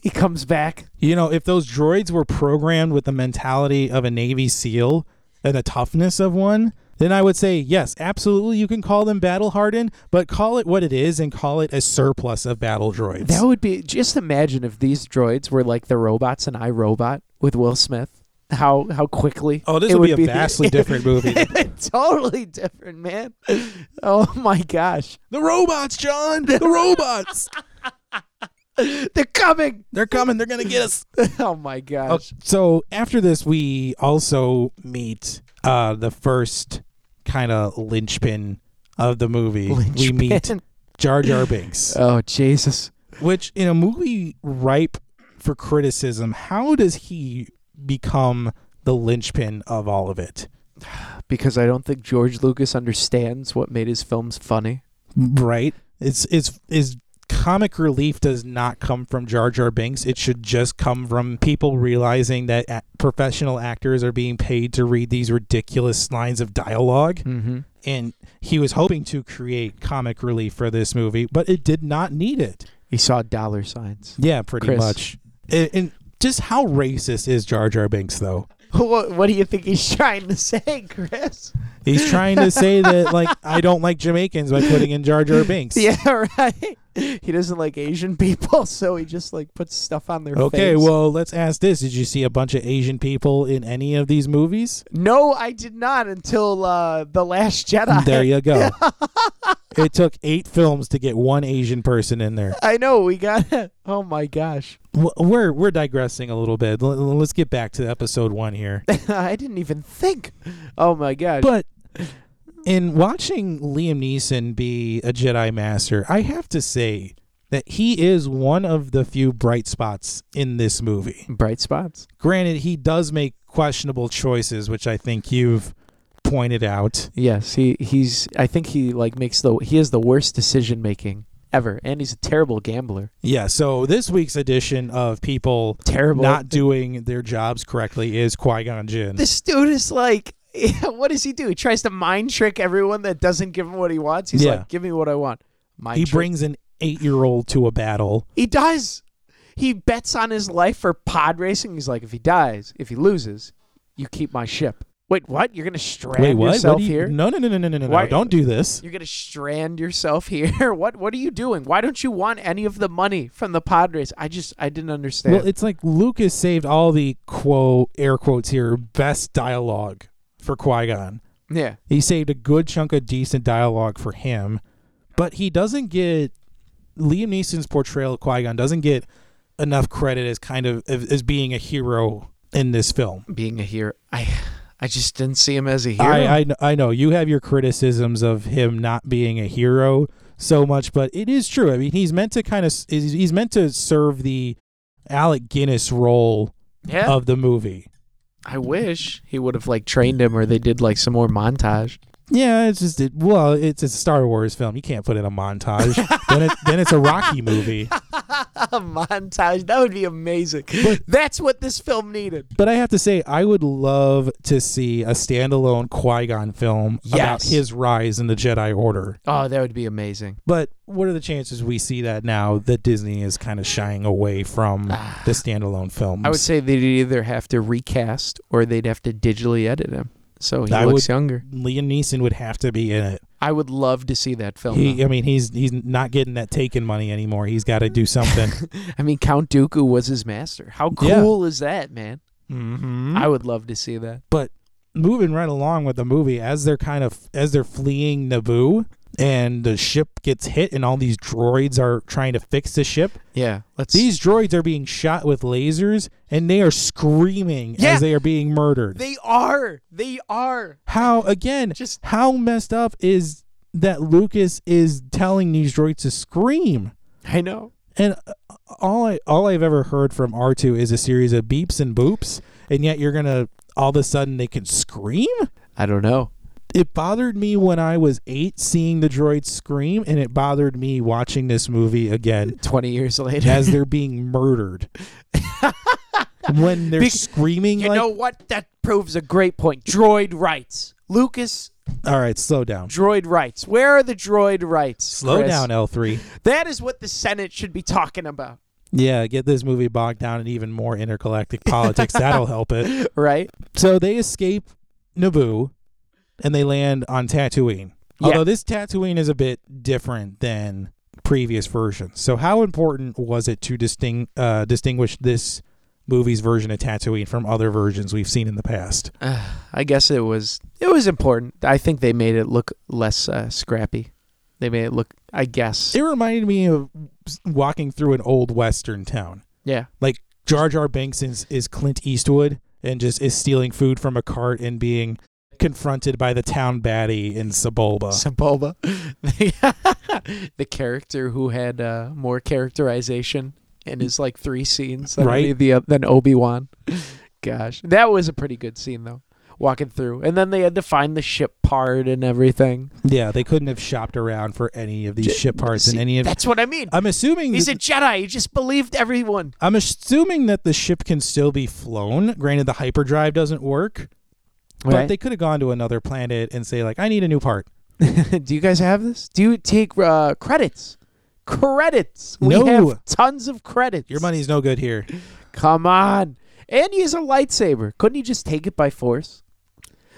Speaker 2: He comes back.
Speaker 1: You know, if those droids were programmed with the mentality of a Navy SEAL and the toughness of one, then I would say, yes, absolutely, you can call them battle hardened, but call it what it is and call it a surplus of battle droids.
Speaker 2: That would be just imagine if these droids were like the robots in iRobot with Will Smith. How how quickly?
Speaker 1: oh, this
Speaker 2: it
Speaker 1: would be a
Speaker 2: the-
Speaker 1: vastly different movie.
Speaker 2: totally different, man. Oh my gosh.
Speaker 1: the robots, John! The robots!
Speaker 2: They're coming.
Speaker 1: They're coming, they're going to get us.
Speaker 2: Oh my
Speaker 1: Oh,
Speaker 2: gosh.
Speaker 1: so after this, we also meet uh, the first kind of linchpin of the movie. Oh, We meet
Speaker 2: Lynchpin.
Speaker 1: Jar Jar Binks,
Speaker 2: Oh Jesus!
Speaker 1: which in a movie ripe for criticism, how does he become the linchpin of all of it?
Speaker 2: Because I don't think George Lucas understands what made his films funny.
Speaker 1: Right? It's it's is comic relief does not come from Jar Jar Binks. It should just come from people realizing that a- professional actors are being paid to read these ridiculous lines of dialogue.
Speaker 2: Mm-hmm.
Speaker 1: and he was hoping to create comic relief for this movie, but it did not need it.
Speaker 2: He saw dollar signs.
Speaker 1: Yeah, pretty
Speaker 2: Chris.
Speaker 1: much. And, and just how racist is Jar Jar Binks, though?
Speaker 2: What, what do you think he's trying to say, Chris?
Speaker 1: He's trying to say that like I don't like Jamaicans by putting in Jar Jar Binks.
Speaker 2: Yeah, right. He doesn't like Asian people, so he just like puts stuff on their
Speaker 1: Okay,
Speaker 2: face.
Speaker 1: well, let's ask this. Did you see a bunch of Asian people in any of these movies?
Speaker 2: no, I did not until uh, the Last Jedi.
Speaker 1: There you go. it took eight films to get one Asian person in there.
Speaker 2: I know we got. Oh my gosh,
Speaker 1: W- We're we're digressing a little bit. L- Let's get back to episode one here.
Speaker 2: I didn't even think. Oh my gosh.
Speaker 1: But in watching Liam Neeson be a Jedi Master, I have to say that he is one of the few bright spots in this movie.
Speaker 2: Bright spots.
Speaker 1: Granted, he does make questionable choices, which I think you've pointed out.
Speaker 2: Yes, he he's. I think he like makes the he has the worst decision making ever, and he's a terrible gambler.
Speaker 1: Yeah, so this week's edition of people
Speaker 2: Terrible.
Speaker 1: not doing their jobs correctly is Qui Gon Jinn.
Speaker 2: this dude is like. what does he do? He tries to mind trick everyone that doesn't give him what he wants. He's
Speaker 1: Yeah.
Speaker 2: like, "Give me what I want." Mind
Speaker 1: He
Speaker 2: trick.
Speaker 1: brings an eight year old to a battle.
Speaker 2: He does. He bets on his life for pod racing. He's like, if he dies, if he loses, you keep my ship. Wait, what? You're gonna strand
Speaker 1: Wait, what?
Speaker 2: yourself
Speaker 1: what do you-
Speaker 2: here?
Speaker 1: No, no, no, no, no, no, no,
Speaker 2: Why-
Speaker 1: no. Don't do this.
Speaker 2: You're gonna strand yourself here. what? What are you doing? Why don't you want any of the money from the pod race? I just, I didn't understand.
Speaker 1: Well, it's like Lucas saved all the quote air quotes here best dialogue for Qui Gon.
Speaker 2: yeah,
Speaker 1: He saved a good chunk of decent dialogue for him, but he doesn't get Liam Neeson's portrayal of Qui Gon doesn't get enough credit as kind of as as being a hero in this film.
Speaker 2: being a hero, I, I just didn't see him as a hero.
Speaker 1: I, I kn- I know you have your criticisms of him not being a hero so much, but it is true. I mean, he's meant to kind of he's he's meant to serve the Alec Guinness role
Speaker 2: yeah,
Speaker 1: of the movie.
Speaker 2: I wish he would have like trained him, or they did like some more montage.
Speaker 1: Yeah, it's just it, well, it's it's a Star Wars film. You can't put in a montage. then it, then it's a Rocky movie.
Speaker 2: montage that would be amazing. That's what this film needed.
Speaker 1: But I have to say, I would love to see a standalone Qui Gon film about
Speaker 2: Yes.
Speaker 1: his rise in the Jedi Order.
Speaker 2: Oh, that would be amazing.
Speaker 1: But what are the chances we see that now that Disney is kind of shying away from the standalone films?
Speaker 2: Ah. I would say they'd either have to recast or they'd have to digitally edit him. So he
Speaker 1: I
Speaker 2: looks
Speaker 1: would-
Speaker 2: younger.
Speaker 1: Liam Neeson would have to be in it.
Speaker 2: I would love to see that film.
Speaker 1: He,
Speaker 2: though.
Speaker 1: I mean, he's he's not getting that taken money anymore. He's got to do something.
Speaker 2: I mean, Count Dooku was his master. How
Speaker 1: Yeah.
Speaker 2: cool is that, man?
Speaker 1: mm-hmm.
Speaker 2: I would love to see that.
Speaker 1: but moving right along with the movie as they're kind of as they're fleeing Naboo and the ship gets hit and all these droids are trying to fix the ship
Speaker 2: Yeah. Let's
Speaker 1: these droids are being shot with lasers and they are screaming
Speaker 2: Yeah.
Speaker 1: as they are being murdered
Speaker 2: They are. They are.
Speaker 1: how again
Speaker 2: Just
Speaker 1: how messed up is that Lucas is telling these droids to scream
Speaker 2: I know.
Speaker 1: and uh, all I all I've ever heard from R2 is a series of beeps and boops and yet you're going to all of a sudden they can scream
Speaker 2: I don't know.
Speaker 1: it bothered me when I was eight seeing the droids scream, and it bothered me watching this movie again
Speaker 2: 20 years later.
Speaker 1: as they're being murdered. when they're
Speaker 2: Bec-
Speaker 1: screaming,
Speaker 2: you
Speaker 1: like,
Speaker 2: know what? That proves a great point. Droid rights. Lucas,
Speaker 1: all right, slow down.
Speaker 2: droid rights. Where are the droid rights?
Speaker 1: Slow
Speaker 2: Chris?
Speaker 1: down, L3.
Speaker 2: That is what the Senate should be talking about,
Speaker 1: Yeah, get this movie bogged down in even more intergalactic politics. That'll help it.
Speaker 2: right?
Speaker 1: So they escape Naboo and they land on Tatooine.
Speaker 2: Yeah.
Speaker 1: Although this Tatooine is a bit different than previous versions. So how important was it to disting- uh, distinguish this movie's version of Tatooine from other versions we've seen in the past?
Speaker 2: I guess it was it was important. I think they made it look less uh, scrappy. They made it look, I guess,
Speaker 1: It reminded me of walking through an old western town.
Speaker 2: yeah,
Speaker 1: Like Jar Jar Binks is, is Clint Eastwood and just is stealing food from a cart and being confronted by the town baddie in Sebulba.
Speaker 2: Sebulba, the, character who had uh, more characterization in his like three scenes than
Speaker 1: Right.
Speaker 2: any of the oth- than Obi Wan. Gosh, that was a pretty good scene though, walking through, and then they had to find the ship part and everything.
Speaker 1: yeah, they couldn't have shopped around for any of these
Speaker 2: J-
Speaker 1: ship parts and
Speaker 2: See,
Speaker 1: any of.
Speaker 2: that's what I mean.
Speaker 1: I'm assuming
Speaker 2: He's
Speaker 1: th-
Speaker 2: a Jedi. He just believed everyone.
Speaker 1: I'm assuming that the ship can still be flown. Granted, the hyperdrive doesn't work, but they could have gone to another planet and say like, "I need a new part."
Speaker 2: Do you guys have this? Do you take uh, credits? Credits. We
Speaker 1: No.
Speaker 2: have tons of credits.
Speaker 1: Your money's no good here.
Speaker 2: Come on. And he has a lightsaber. Couldn't he just take it by force?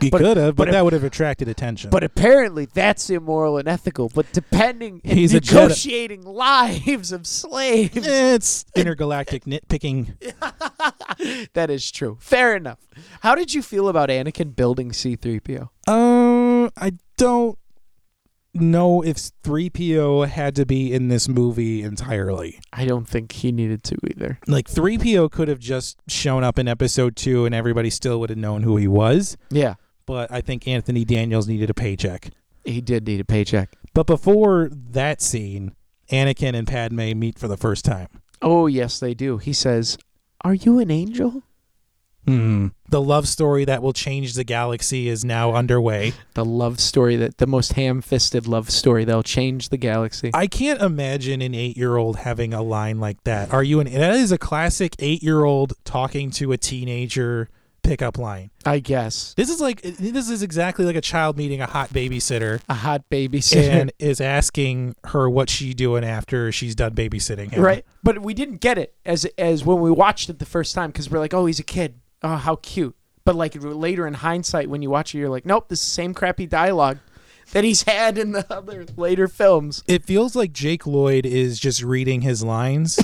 Speaker 1: You
Speaker 2: But-
Speaker 1: could have, but,
Speaker 2: but if-
Speaker 1: that would have attracted attention.
Speaker 2: But apparently that's immoral and ethical. But depending and
Speaker 1: He's a Jedi.
Speaker 2: negotiating lives of slaves.
Speaker 1: Eh, it's intergalactic nitpicking.
Speaker 2: that is true. Fair enough. How did you feel about Anakin building C3PO?
Speaker 1: Um, I don't know if 3PO had to be in this movie entirely.
Speaker 2: I don't think he needed to either.
Speaker 1: Like 3PO could have just shown up in episode 2 and everybody still would have known who he was,
Speaker 2: Yeah.
Speaker 1: but I think Anthony Daniels needed a paycheck.
Speaker 2: He did need a paycheck.
Speaker 1: But before that scene, Anakin and Padme meet for the first time.
Speaker 2: Oh, yes, they do. He says, Are you an angel?
Speaker 1: Hmm. The love story that will change the galaxy is now underway.
Speaker 2: The love story that the most ham fisted love story that'll change the galaxy.
Speaker 1: I can't imagine an eight-year-old having a line like that. Are you an? That is a classic eight-year-old talking to a teenager pickup line.
Speaker 2: I guess.
Speaker 1: This is like this is exactly like a child meeting a hot babysitter
Speaker 2: A hot babysitter.
Speaker 1: and is asking her what she doing after she's done babysitting him.
Speaker 2: right but we didn't get it as as when we watched it the first time because we're like oh he's a kid oh how cute but like later in hindsight when you watch it you're like nope this is the same crappy dialogue that he's had in the other later films
Speaker 1: It feels like Jake Lloyd is just reading his lines.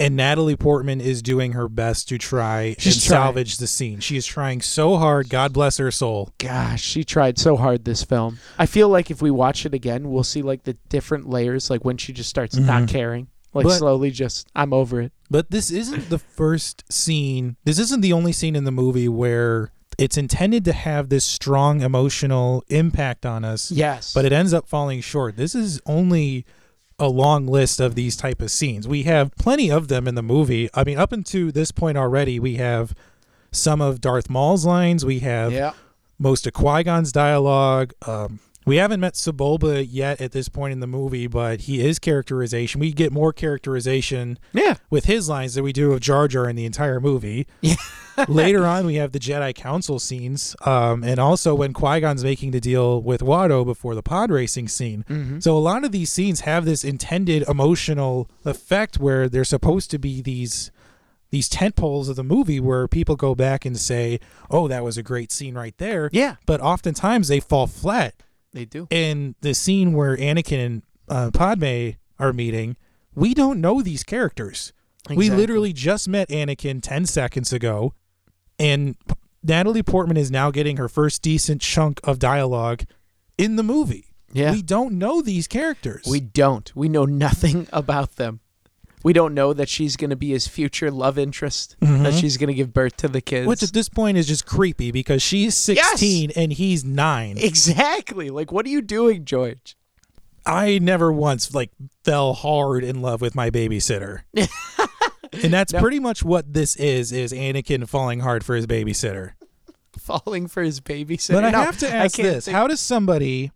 Speaker 1: And Natalie Portman is doing her best to try
Speaker 2: She's
Speaker 1: and
Speaker 2: trying.
Speaker 1: salvage the scene. She is trying so hard. God bless her soul.
Speaker 2: gosh she tried so hard this film i feel like if we watch it again we'll see like the different layers like when she just starts not caring like
Speaker 1: But-
Speaker 2: slowly just i'm over it
Speaker 1: But this isn't the first scene. This isn't the only scene in the movie where it's intended to have this strong emotional impact on us,
Speaker 2: yes
Speaker 1: but it ends up falling short. This is only a long list of these type of scenes. We have plenty of them in the movie. I mean, up until this point already, we have some of Darth Maul's lines. We have
Speaker 2: yeah
Speaker 1: most of Qui Gon's dialogue. Um, we haven't met Sebulba yet at this point in the movie, but he is characterization. We get more characterization
Speaker 2: yeah
Speaker 1: with his lines that we do of Jar Jar in the entire movie.
Speaker 2: Yeah.
Speaker 1: Later on, we have the Jedi Council scenes, um, and also when Qui Gon's making the deal with Watto before the pod racing scene.
Speaker 2: Mm-hmm.
Speaker 1: So a lot of these scenes have this intended emotional effect where they're supposed to be these these tent poles of the movie where people go back and say, "Oh, that was a great scene right there."
Speaker 2: yeah
Speaker 1: But oftentimes they fall flat
Speaker 2: they do
Speaker 1: in the scene where Anakin and uh, Padme are meeting, we don't know these characters. We
Speaker 2: Exactly.
Speaker 1: literally just met Anakin 10 seconds ago, and P- Natalie Portman is now getting her first decent chunk of dialogue in the movie.
Speaker 2: yeah
Speaker 1: We don't know these characters.
Speaker 2: We don't. We know nothing about them. We don't know that she's going to be his future love interest,
Speaker 1: Mm-hmm.
Speaker 2: that she's going to give birth to the kids.
Speaker 1: which at this point is just creepy because she's 16 and he's 9.
Speaker 2: exactly. Like, what are you doing, George?
Speaker 1: I never once like fell hard in love with my babysitter. and that's pretty much what this is is Anakin falling hard for his babysitter.
Speaker 2: Falling for his babysitter.
Speaker 1: But I
Speaker 2: No,
Speaker 1: have to ask
Speaker 2: can't
Speaker 1: this.
Speaker 2: think-
Speaker 1: How does somebody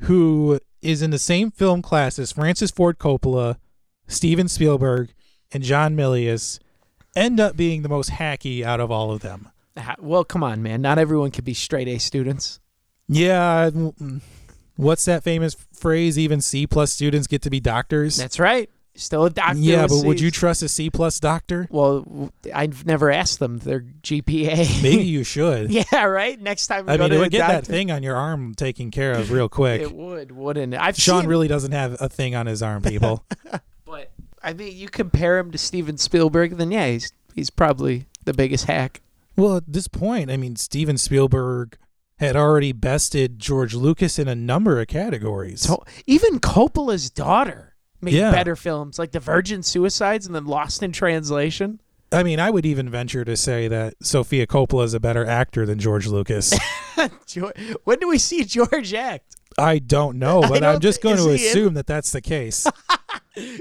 Speaker 1: who is in the same film class as Francis Ford Coppola, Steven Spielberg, and John Milius end up being the most hacky out of all of them?
Speaker 2: Ha- well, come on, man. Not everyone could be straight A students.
Speaker 1: Yeah, mm, what's that famous phrase even C plus students get to be doctors?
Speaker 2: That's right. Still a doctor.
Speaker 1: yeah,
Speaker 2: with
Speaker 1: but would
Speaker 2: Cs.
Speaker 1: you trust a C plus doctor?
Speaker 2: well, w- I've never asked them their GPA.
Speaker 1: Maybe you should.
Speaker 2: yeah, right. Next time we
Speaker 1: I
Speaker 2: go
Speaker 1: mean,
Speaker 2: to
Speaker 1: it
Speaker 2: the
Speaker 1: would get that
Speaker 2: doctor,
Speaker 1: thing on your arm taken care of real quick.
Speaker 2: It would, wouldn't it? I've
Speaker 1: Sean
Speaker 2: seen-
Speaker 1: really doesn't have a thing on his arm, people.
Speaker 2: But I mean, you compare him to Steven Spielberg, then yeah, he's he's probably the biggest hack.
Speaker 1: well, at this point, I mean, Steven Spielberg had already bested George Lucas in a number of categories.
Speaker 2: So even Coppola's daughter made
Speaker 1: Yeah.
Speaker 2: better films, like The Virgin Suicides and then Lost in Translation.
Speaker 1: I mean, I would even venture to say that Sophia Coppola is a better actor than George Lucas.
Speaker 2: Geor- when do we see George act?
Speaker 1: I don't know, but
Speaker 2: don't
Speaker 1: I'm just
Speaker 2: thi-
Speaker 1: going to
Speaker 2: is he in-
Speaker 1: assume that that's the case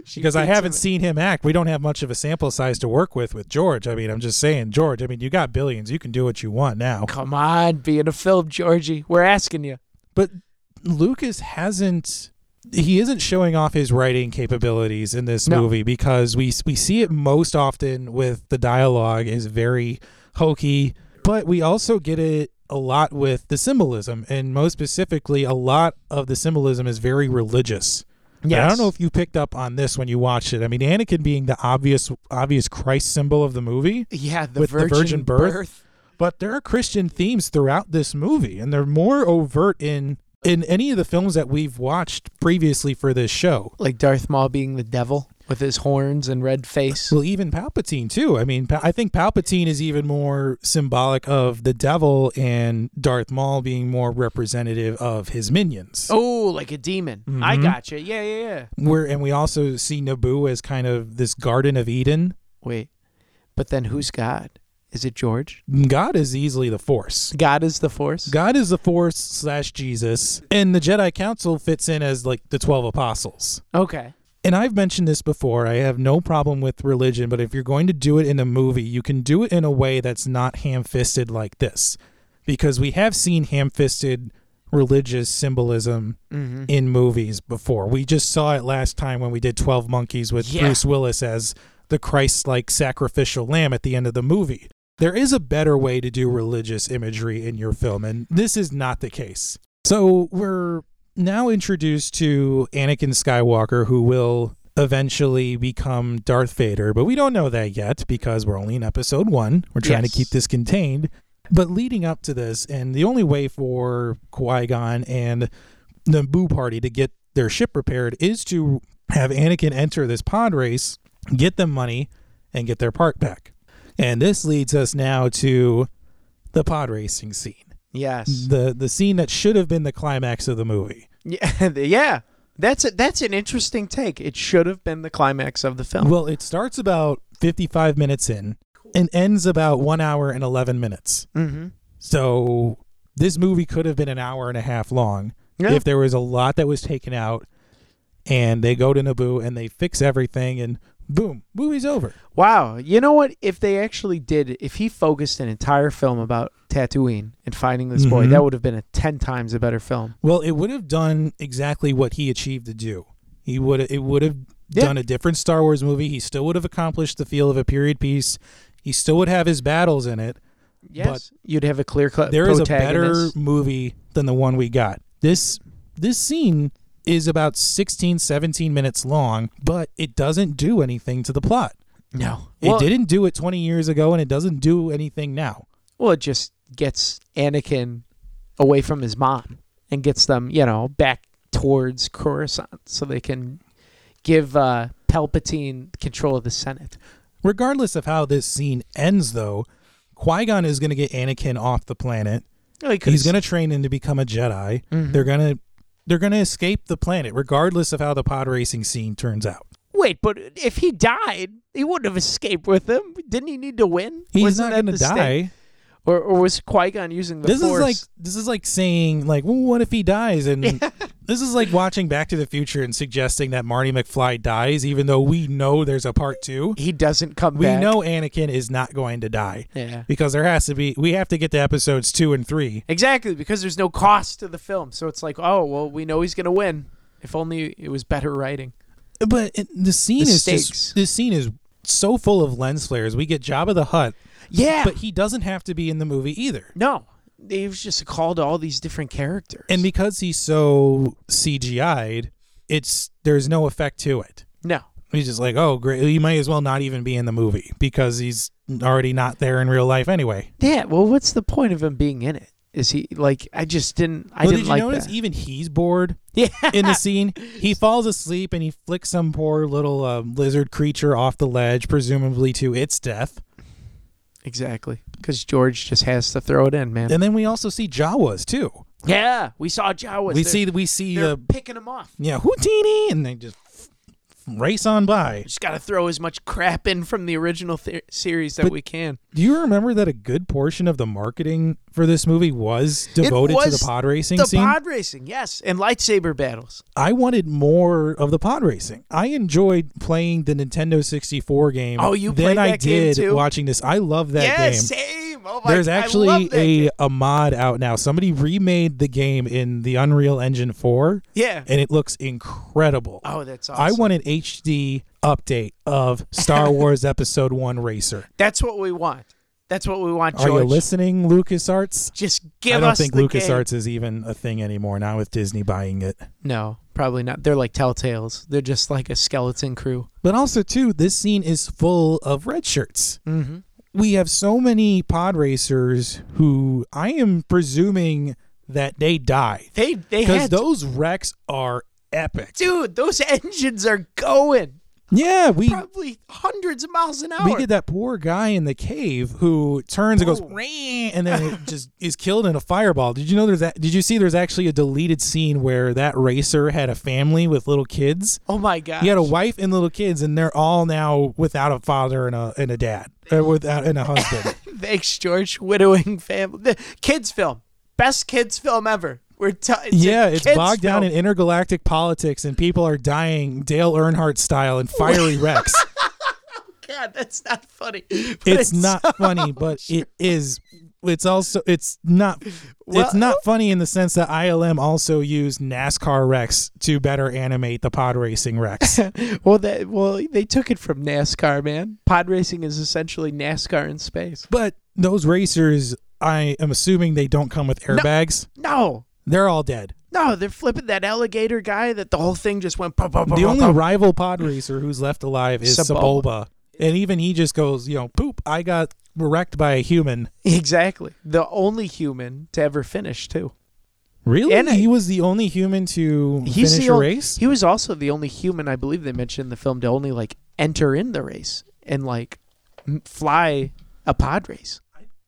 Speaker 2: She
Speaker 1: because I
Speaker 2: beats
Speaker 1: haven't
Speaker 2: him-
Speaker 1: seen him act. We don't have much of a sample size to work with with George. I mean, I'm just saying, George. I mean, you got billions. You can do what you want now.
Speaker 2: Come on, be in a film, Georgie. We're asking you.
Speaker 1: But Lucas hasn't. He isn't showing off his writing capabilities in this
Speaker 2: No.
Speaker 1: movie because we we see it most often with the dialogue is very hokey, but we also get it a lot with the symbolism, and most specifically, a lot of the symbolism is very religious. And I don't know if you picked up on this when you watched it. I mean, Anakin being the obvious obvious Christ symbol of the movie,
Speaker 2: yeah, the
Speaker 1: with the
Speaker 2: virgin,
Speaker 1: virgin birth. but there are Christian themes throughout this movie, and they're more overt in in any of the films that we've watched previously for this show.
Speaker 2: like Darth Maul being the devil with his horns and red face.
Speaker 1: Well, even Palpatine too. I mean, Pa- I think Palpatine is even more symbolic of the devil, and Darth Maul being more representative of his minions.
Speaker 2: Oh, like a demon. I
Speaker 1: Mhm.
Speaker 2: gotcha. Yeah, yeah, yeah.
Speaker 1: Where and we also see Naboo as kind of this Garden of Eden.
Speaker 2: Wait, but then who's God? Is it George?
Speaker 1: God is easily the Force.
Speaker 2: God is the Force.
Speaker 1: God is the Force slash Jesus, and the Jedi Council fits in as like the twelve apostles.
Speaker 2: Okay.
Speaker 1: And I've mentioned this before. I have no problem with religion, but if you're going to do it in a movie, you can do it in a way that's not ham fisted like this. Because we have seen ham fisted religious symbolism
Speaker 2: Mm-hmm.
Speaker 1: in movies before. We just saw it last time when we did 12 Monkeys with
Speaker 2: Yeah.
Speaker 1: Bruce Willis as the Christ like sacrificial lamb at the end of the movie. There is a better way to do religious imagery in your film, and this is not the case. So we're now introduced to Anakin Skywalker, who will eventually become Darth Vader, but we don't know that yet because we're only in episode one. We're trying
Speaker 2: Yes.
Speaker 1: to keep this contained. But leading up to this, and the only way for Qui Gon and the Boo Party to get their ship repaired is to have Anakin enter this pod race, get them money, and get their part back. And this leads us now to the pod racing scene.
Speaker 2: Yes.
Speaker 1: The the scene that should have been the climax of the movie.
Speaker 2: Yeah. yeah. That's a, that's an interesting take. It should have been the climax of the film.
Speaker 1: Well, it starts about 55 minutes in and ends about 1 hour and 11 minutes.
Speaker 2: mm-hmm.
Speaker 1: So this movie could have been an hour and a half long
Speaker 2: Yeah.
Speaker 1: if there was a lot that was taken out and they go to Naboo and they fix everything and boom, movie's over.
Speaker 2: Wow. You know what? If they actually did, if he focused an entire film about Tatooine and finding this boy,
Speaker 1: Mhm.
Speaker 2: that would have been a ten times a better film.
Speaker 1: Well, it would have done exactly what he achieved to do. He would it would have
Speaker 2: Yeah.
Speaker 1: done a different Star Wars movie. He still would have accomplished the feel of a period piece. He still would have his battles in it.
Speaker 2: Yes. You'd have a clear cut.
Speaker 1: There is a better movie than the one we got. This this scene is about 16 17 minutes long, but it doesn't do anything to the plot.
Speaker 2: No.
Speaker 1: it didn't do it 20 years ago and it doesn't do anything now.
Speaker 2: Well, it just gets Anakin away from his mom and gets them, you know, back towards Coruscant so they can give uh, Palpatine control of the Senate.
Speaker 1: Regardless of how this scene ends though, Qui-Gon is going to get Anakin off the planet. He's going to train him to become a Jedi.
Speaker 2: Mhm.
Speaker 1: They're going to they're going to escape the planet regardless of how the pod racing scene turns out.
Speaker 2: Wait, but if he died, he wouldn't have escaped with him. Didn't he need to win?
Speaker 1: He's
Speaker 2: Wasn't
Speaker 1: not going
Speaker 2: that
Speaker 1: to
Speaker 2: the stake?
Speaker 1: die.
Speaker 2: Or, or was Qui Gon using the
Speaker 1: This
Speaker 2: Force?
Speaker 1: is like this is like saying like well, what if he dies and this is like watching Back to the Future and suggesting that Marty McFly dies even though we know there's a part 2.
Speaker 2: he doesn't come
Speaker 1: We
Speaker 2: back.
Speaker 1: know Anakin is not going to die.
Speaker 2: Yeah.
Speaker 1: because there has to be we have to get to episodes two and three
Speaker 2: Exactly, because there's no cost to the film. So it's like, oh, well, we know he's going to win. If only it was better writing.
Speaker 1: but it, the scene
Speaker 2: The
Speaker 1: is
Speaker 2: stakes.
Speaker 1: just this scene is so full of lens flares we get Jabba the Hutt
Speaker 2: Yeah.
Speaker 1: but he doesn't have to be in the movie either
Speaker 2: No, it was just a call to all these different characters.
Speaker 1: and because he's so CGI'd it's there's no effect to it
Speaker 2: no,
Speaker 1: he's just like oh great he might as well not even be in the movie because he's already not there in real life anyway
Speaker 2: yeah. Well, what's the point of him being in it? Is he like? I just didn't. I
Speaker 1: well,
Speaker 2: didn't
Speaker 1: did you
Speaker 2: like
Speaker 1: notice E-
Speaker 2: that.
Speaker 1: even he's bored
Speaker 2: yeah.
Speaker 1: in the scene. He falls asleep and he flicks some poor little uh, lizard creature off the ledge, presumably to its death.
Speaker 2: Exactly, because George just has to throw it in, man.
Speaker 1: And then we also see Jawas too.
Speaker 2: yeah, we saw Jawas.
Speaker 1: we
Speaker 2: They're-
Speaker 1: see uh, we see
Speaker 2: they're
Speaker 1: the
Speaker 2: picking him off.
Speaker 1: yeah Houtini, and they just f- race on by.
Speaker 2: Just got to throw as much crap in from the original th- series that
Speaker 1: But
Speaker 2: we can.
Speaker 1: Do you remember that a good portion of the marketing for this movie was devoted to
Speaker 2: was
Speaker 1: the pod racing
Speaker 2: The
Speaker 1: scene?
Speaker 2: pod racing, yes, and lightsaber battles.
Speaker 1: I wanted more of the pod racing. I enjoyed playing the Nintendo 64 game.
Speaker 2: Oh, you
Speaker 1: than
Speaker 2: played
Speaker 1: I
Speaker 2: that game
Speaker 1: did
Speaker 2: too?
Speaker 1: watching this. I love that
Speaker 2: yeah,
Speaker 1: game.
Speaker 2: same. Oh my,
Speaker 1: There's
Speaker 2: I love
Speaker 1: actually
Speaker 2: that
Speaker 1: a, uh,
Speaker 2: game.
Speaker 1: a mod out now. Somebody remade the game in the Unreal Engine 4,
Speaker 2: yeah.
Speaker 1: and it looks incredible.
Speaker 2: Oh, that's awesome.
Speaker 1: I want an HD update of Star Wars Episode 1 Racer.
Speaker 2: That's what we want. That's what we want,
Speaker 1: Are you
Speaker 2: George.
Speaker 1: listening, LucasArts?
Speaker 2: Just give
Speaker 1: I don't
Speaker 2: us
Speaker 1: think
Speaker 2: the
Speaker 1: LucasArts is even a thing anymore now with Disney buying it.
Speaker 2: game. No, probably not. They're like Telltales. They're just like a skeleton crew.
Speaker 1: But also, too, this scene is full of red shirts.
Speaker 2: Mm-hmm.
Speaker 1: We have so many pod racers who I am presuming that they died
Speaker 2: They they
Speaker 1: because
Speaker 2: had
Speaker 1: those wrecks are epic.
Speaker 2: dude. Those engines are going
Speaker 1: Yeah, we
Speaker 2: probably hundreds of miles an hour.
Speaker 1: we get that poor guy in the cave who turns and goes
Speaker 2: Oh.
Speaker 1: "Rah," and then it just is killed in a fireball. Did you know there's that? Did you see there's actually a deleted scene where that racer had a family with little kids?
Speaker 2: oh my god.
Speaker 1: He had a wife and little kids, and they're all now without a father and a and a dad, or without and a husband.
Speaker 2: Thanks, George. Widowing family. The kids film. Best kids film ever. We're t- it's a
Speaker 1: yeah, it's
Speaker 2: kids
Speaker 1: bogged down
Speaker 2: film.
Speaker 1: in intergalactic politics, and people are dying Dale Earnhardt style in fiery wrecks.
Speaker 2: God, that's not funny. But
Speaker 1: it's not funny, but it is. It's also it's not
Speaker 2: Well- oh.
Speaker 1: it's not funny in the sense that ILM also used NASCAR wrecks to better animate the pod racing wrecks.
Speaker 2: Well, that well, they took it from NASCAR, man. Pod racing is essentially NASCAR in space.
Speaker 1: but those racers, I am assuming they don't come with airbags.
Speaker 2: No,
Speaker 1: They're all dead.
Speaker 2: no, they're flipping that alligator guy. That the whole thing just went. Pop, pop, pop,
Speaker 1: The
Speaker 2: pop,
Speaker 1: only
Speaker 2: pop.
Speaker 1: rival pod racer who's left alive is
Speaker 2: Sebulba.
Speaker 1: Sebulba. and even he just goes, you know, poop. I got wrecked by a human.
Speaker 2: exactly the only human to ever finish too.
Speaker 1: Really?
Speaker 2: And
Speaker 1: And
Speaker 2: I-
Speaker 1: he was the only human to
Speaker 2: He's
Speaker 1: finish
Speaker 2: the
Speaker 1: a
Speaker 2: ol-
Speaker 1: race.
Speaker 2: He was also the only human I believe they mentioned in the film to only like enter in the race and like m- fly a pod race,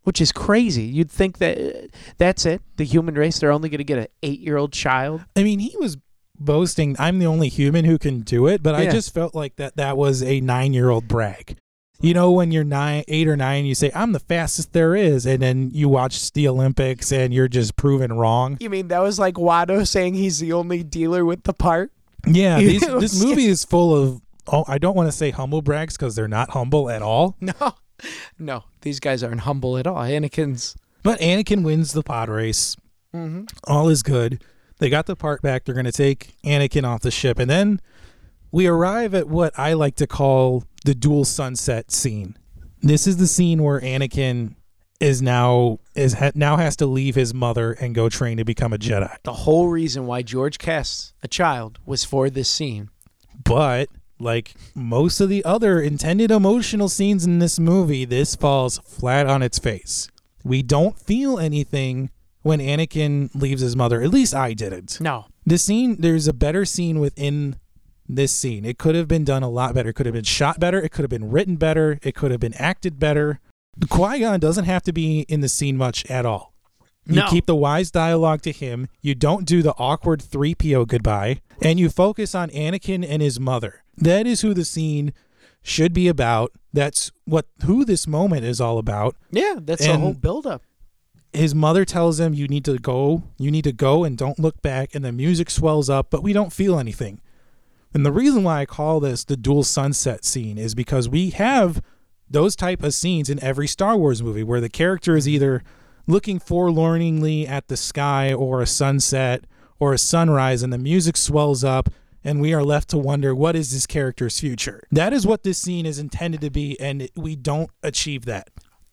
Speaker 2: which is crazy. You'd think that uh, that's it. The human race, they're only going to get an eight-year-old child.
Speaker 1: I mean, he was boasting, I'm the only human who can do it, but
Speaker 2: Yeah.
Speaker 1: I just felt like that that was a nine year old brag. You know, when you're nine, eight or nine, you say, I'm the fastest there is. And then you watch the Olympics and you're just proven wrong.
Speaker 2: You mean that was like Watto saying he's the only dealer with the part?
Speaker 1: Yeah.
Speaker 2: You
Speaker 1: These,
Speaker 2: know,
Speaker 1: this movie is full of, oh, I don't want to say humble brags because they're not humble at all.
Speaker 2: No, no, these guys aren't humble at all. Anakin's.
Speaker 1: But Anakin wins the pod race. All is good. They got the part back. They're going to take Anakin off the ship. And then we arrive at what I like to call the dual sunset scene. This is the scene where Anakin is now is ha- now has to leave his mother and go train to become a Jedi.
Speaker 2: The whole reason why George casts a child was for this scene.
Speaker 1: But like most of the other intended emotional scenes in this movie, this falls flat on its face. We don't feel anything when Anakin leaves his mother. At least I didn't.
Speaker 2: No,
Speaker 1: the scene there's a better scene within this scene it could have been done a lot better it could have been shot better it could have been written better it could have been acted better qui-gon doesn't have to be in the scene much at all you
Speaker 2: No.
Speaker 1: keep the wise dialogue to him you don't do the awkward 3po goodbye and you focus on anakin and his mother that is who the scene should be about that's what who this moment is all about
Speaker 2: yeah, that's the
Speaker 1: And-
Speaker 2: whole buildup.
Speaker 1: his mother tells him you need to go you need to go and don't look back and the music swells up but we don't feel anything and the reason why i call this the dual sunset scene is because we have those type of scenes in every star wars movie where the character is either looking forlorningly at the sky or a sunset or a sunrise and the music swells up and we are left to wonder what is this character's future that is what this scene is intended to be and we don't achieve that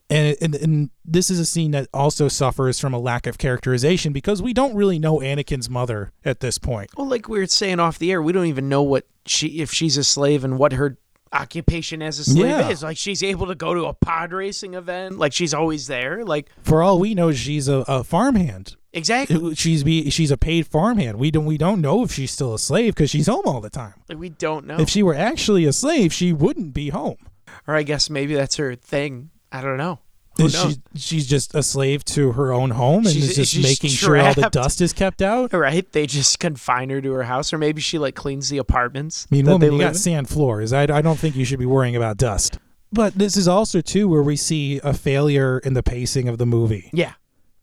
Speaker 1: and, and and this is a scene that also suffers from a lack of characterization because we don't really know Anakin's mother at this point.
Speaker 2: Well, like we were saying off the air, we don't even know what she if she's a slave and what her occupation as a slave
Speaker 1: Yeah.
Speaker 2: is. Like she's able to go to a pod racing event. Like she's always there. Like
Speaker 1: For all we know, she's a, a farmhand.
Speaker 2: exactly.
Speaker 1: It- She's be she's a paid farmhand. We don't we don't know if she's still a slave because she's home all the time.
Speaker 2: Like we don't know.
Speaker 1: If she were actually a slave, she wouldn't be home.
Speaker 2: or I guess maybe that's her thing. I don't know. Who
Speaker 1: Is she,
Speaker 2: knows?
Speaker 1: she's just a slave to her own home and
Speaker 2: She's-
Speaker 1: is just
Speaker 2: she's
Speaker 1: making sure all the
Speaker 2: trapped.
Speaker 1: dust is kept out.
Speaker 2: right? They just confine her to her house, or maybe she like cleans the apartments.
Speaker 1: I mean,
Speaker 2: that
Speaker 1: woman,
Speaker 2: they
Speaker 1: you
Speaker 2: live
Speaker 1: got
Speaker 2: in.
Speaker 1: sand floors. I, I don't think you should be worrying about dust. But this is also too where we see a failure in the pacing of the movie
Speaker 2: Yeah,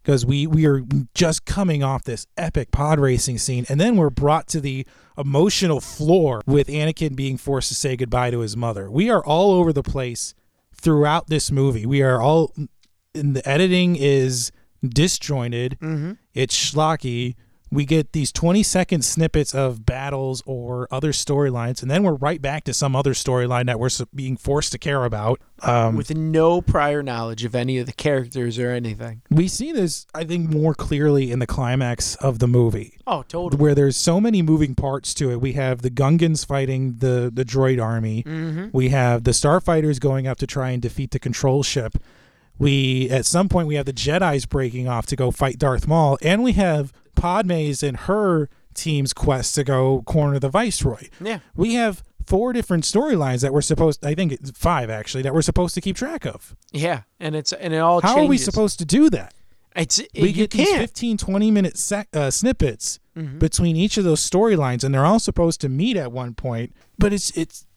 Speaker 1: because we we are just coming off this epic pod racing scene, and then we're brought to the emotional floor with Anakin being forced to say goodbye to his mother. We are all over the place throughout this movie. We are all, and the editing is disjointed. It's schlocky. We get these 20 second snippets of battles or other storylines, and then we're right back to some other storyline that we're s- being forced to care about. Um,
Speaker 2: with no prior knowledge of any of the characters or anything.
Speaker 1: we see this, I think, more clearly in the climax of the movie.
Speaker 2: Oh, totally.
Speaker 1: where there's so many moving parts to it. We have the Gungans fighting the the droid army.
Speaker 2: Mm-hmm.
Speaker 1: We have the starfighters going up to try and defeat the control ship. We at some point we have the Jedi's breaking off to go fight Darth Maul, and we have Padme's and her team's quest to go corner the Viceroy.
Speaker 2: Yeah.
Speaker 1: We have four different storylines that we're supposed I think it's five actually that we're supposed to keep track of.
Speaker 2: Yeah, and it's and it all.
Speaker 1: How are we
Speaker 2: changes.
Speaker 1: supposed to do that?
Speaker 2: It's
Speaker 1: we
Speaker 2: you
Speaker 1: get these
Speaker 2: can't. Mm-hmm.
Speaker 1: 15 20 minute sec- uh, snippets between each of those storylines and they're all supposed to meet at one point but it's it's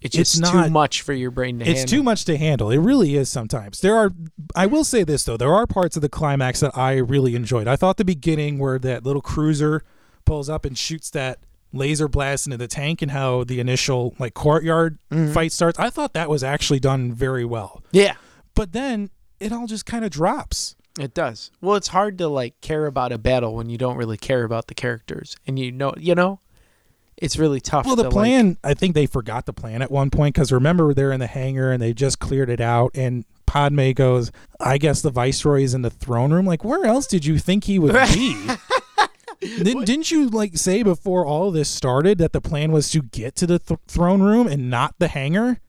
Speaker 2: It's
Speaker 1: it's
Speaker 2: just
Speaker 1: not-
Speaker 2: too much for your brain to
Speaker 1: it's
Speaker 2: handle.
Speaker 1: too much to handle it really is sometimes there are i will say this though there are parts of the climax that i really enjoyed i thought the beginning where that little cruiser pulls up and shoots that laser blast into the tank and how the initial like courtyard
Speaker 2: Mm-hmm.
Speaker 1: fight starts i thought that was actually done very well
Speaker 2: Yeah,
Speaker 1: but then it all just kind of drops
Speaker 2: it does. Well, it's hard to like care about a battle when you don't really care about the characters, and you know, you know, it's really tough.
Speaker 1: Well, the
Speaker 2: to, like-
Speaker 1: plan, I think they forgot the plan at one point because remember they're in the hangar and they just cleared it out. And Padme goes, I guess the Viceroy is in the throne room. Like, where else did you think he would be? Didn't, didn't you like say before all this started that the plan was to get to the th- throne room and not the hangar?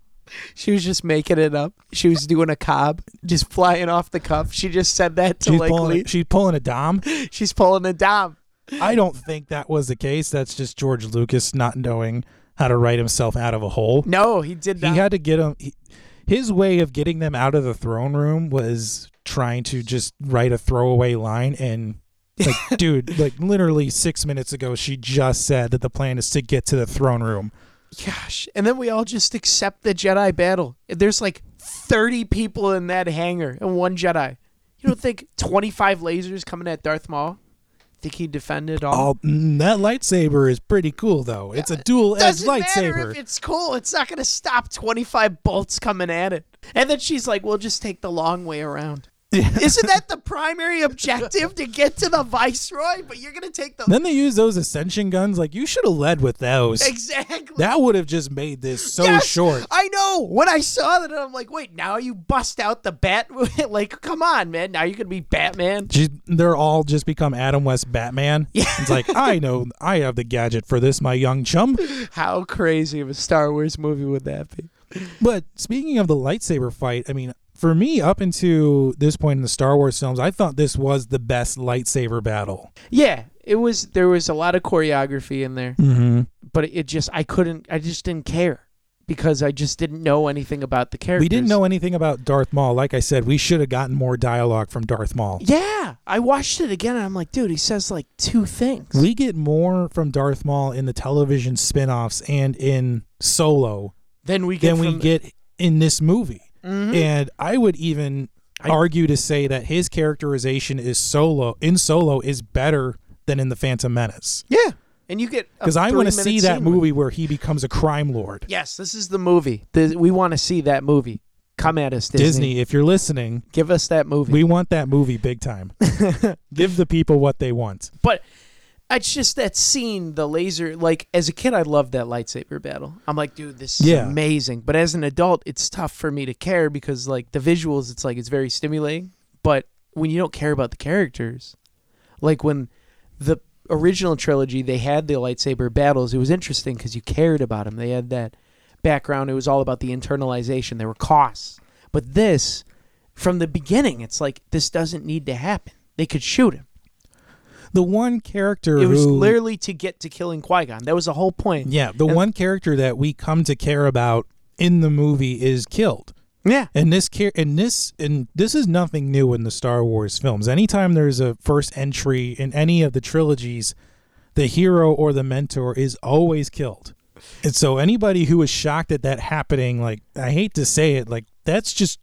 Speaker 2: she was just making it up. She was doing a cob, just flying off the cuff. She just said that to
Speaker 1: She's
Speaker 2: like
Speaker 1: pulling,
Speaker 2: Lee.
Speaker 1: she's pulling a dom.
Speaker 2: She's pulling a dom.
Speaker 1: I don't think that was the case. That's just George Lucas not knowing how to write himself out of a hole.
Speaker 2: No, he did not.
Speaker 1: he had to get them. He, his way of getting them out of the throne room was trying to just write a throwaway line and. like dude like literally six minutes ago she just said that the plan is to get to the throne room
Speaker 2: Gosh, and then we all just accept the Jedi battle. There's like 30 people in that hangar and one Jedi. You don't think 25 lasers coming at Darth Maul? Think he defended all?
Speaker 1: oh mm, that lightsaber is pretty cool though it's a dual edged
Speaker 2: Doesn't matter
Speaker 1: lightsaber
Speaker 2: if it's cool. It's not going to stop 25 bolts coming at it. And then she's like, "We'll just take the long way around." Isn't that the primary objective to get to the Viceroy? But you're going to take the
Speaker 1: then they use those ascension guns like you should have led with those
Speaker 2: exactly.
Speaker 1: that would have just made this so
Speaker 2: Yes!
Speaker 1: Oh, short
Speaker 2: I know. When I saw that, I'm like, wait, now you bust out the bat. like, come on, man. Now you're gonna be Batman.
Speaker 1: She's, they're all just become Adam West Batman. Yeah. It's like, I know, I have the gadget for this, my young chum.
Speaker 2: How crazy of a Star Wars movie would that be?
Speaker 1: But speaking of the lightsaber fight, I mean, for me, up into this point in the Star Wars films, I thought this was the best lightsaber battle.
Speaker 2: Yeah, it was. There was a lot of choreography in there,
Speaker 1: Mm-hmm.
Speaker 2: but it just I couldn't. I just didn't care because I just didn't know anything about the characters.
Speaker 1: We didn't know anything about Darth Maul. Like I said, we should have gotten more dialogue from Darth Maul.
Speaker 2: Yeah, I watched it again, and I'm like, dude, he says like two things.
Speaker 1: We get more from Darth Maul in the television spin offs and in Solo
Speaker 2: then we get.
Speaker 1: than we
Speaker 2: from- Mm-hmm.
Speaker 1: get in this movie. And I would even argue to say that his characterization is solo in solo is better than in the Phantom Menace.
Speaker 2: Yeah, and you get
Speaker 1: Because I want to see that
Speaker 2: movie.
Speaker 1: movie where he becomes a crime lord.
Speaker 2: Yes, this is the movie. Th- we want to see that movie. Come at us, Disney.
Speaker 1: Disney, if you're listening,
Speaker 2: Give us that movie.
Speaker 1: we want that movie big time. Give the people what they want.
Speaker 2: but it's just that scene, the laser. Like as a kid, I loved that lightsaber battle. I'm like, dude, this is
Speaker 1: Yeah.
Speaker 2: amazing. But as an adult, it's tough for me to care because like the visuals, it's like it's very stimulating. But when you don't care about the characters, like when the original trilogy, they had the lightsaber battles. It was interesting because you cared about them. They had that background. It was all about the internalization. There were costs. But this, from the beginning, it's like this doesn't need to happen. They could shoot him.
Speaker 1: The one character
Speaker 2: It was
Speaker 1: who,
Speaker 2: literally to get to killing Qui Gon. That was the whole point.
Speaker 1: yeah, the one character that we come to care about in the movie is killed.
Speaker 2: Yeah.
Speaker 1: And this care and this and this is nothing new in the Star Wars films. Anytime there's a first entry in any of the trilogies, the hero or the mentor is always killed. And so anybody who is shocked at that happening, like I hate to say it, like that's just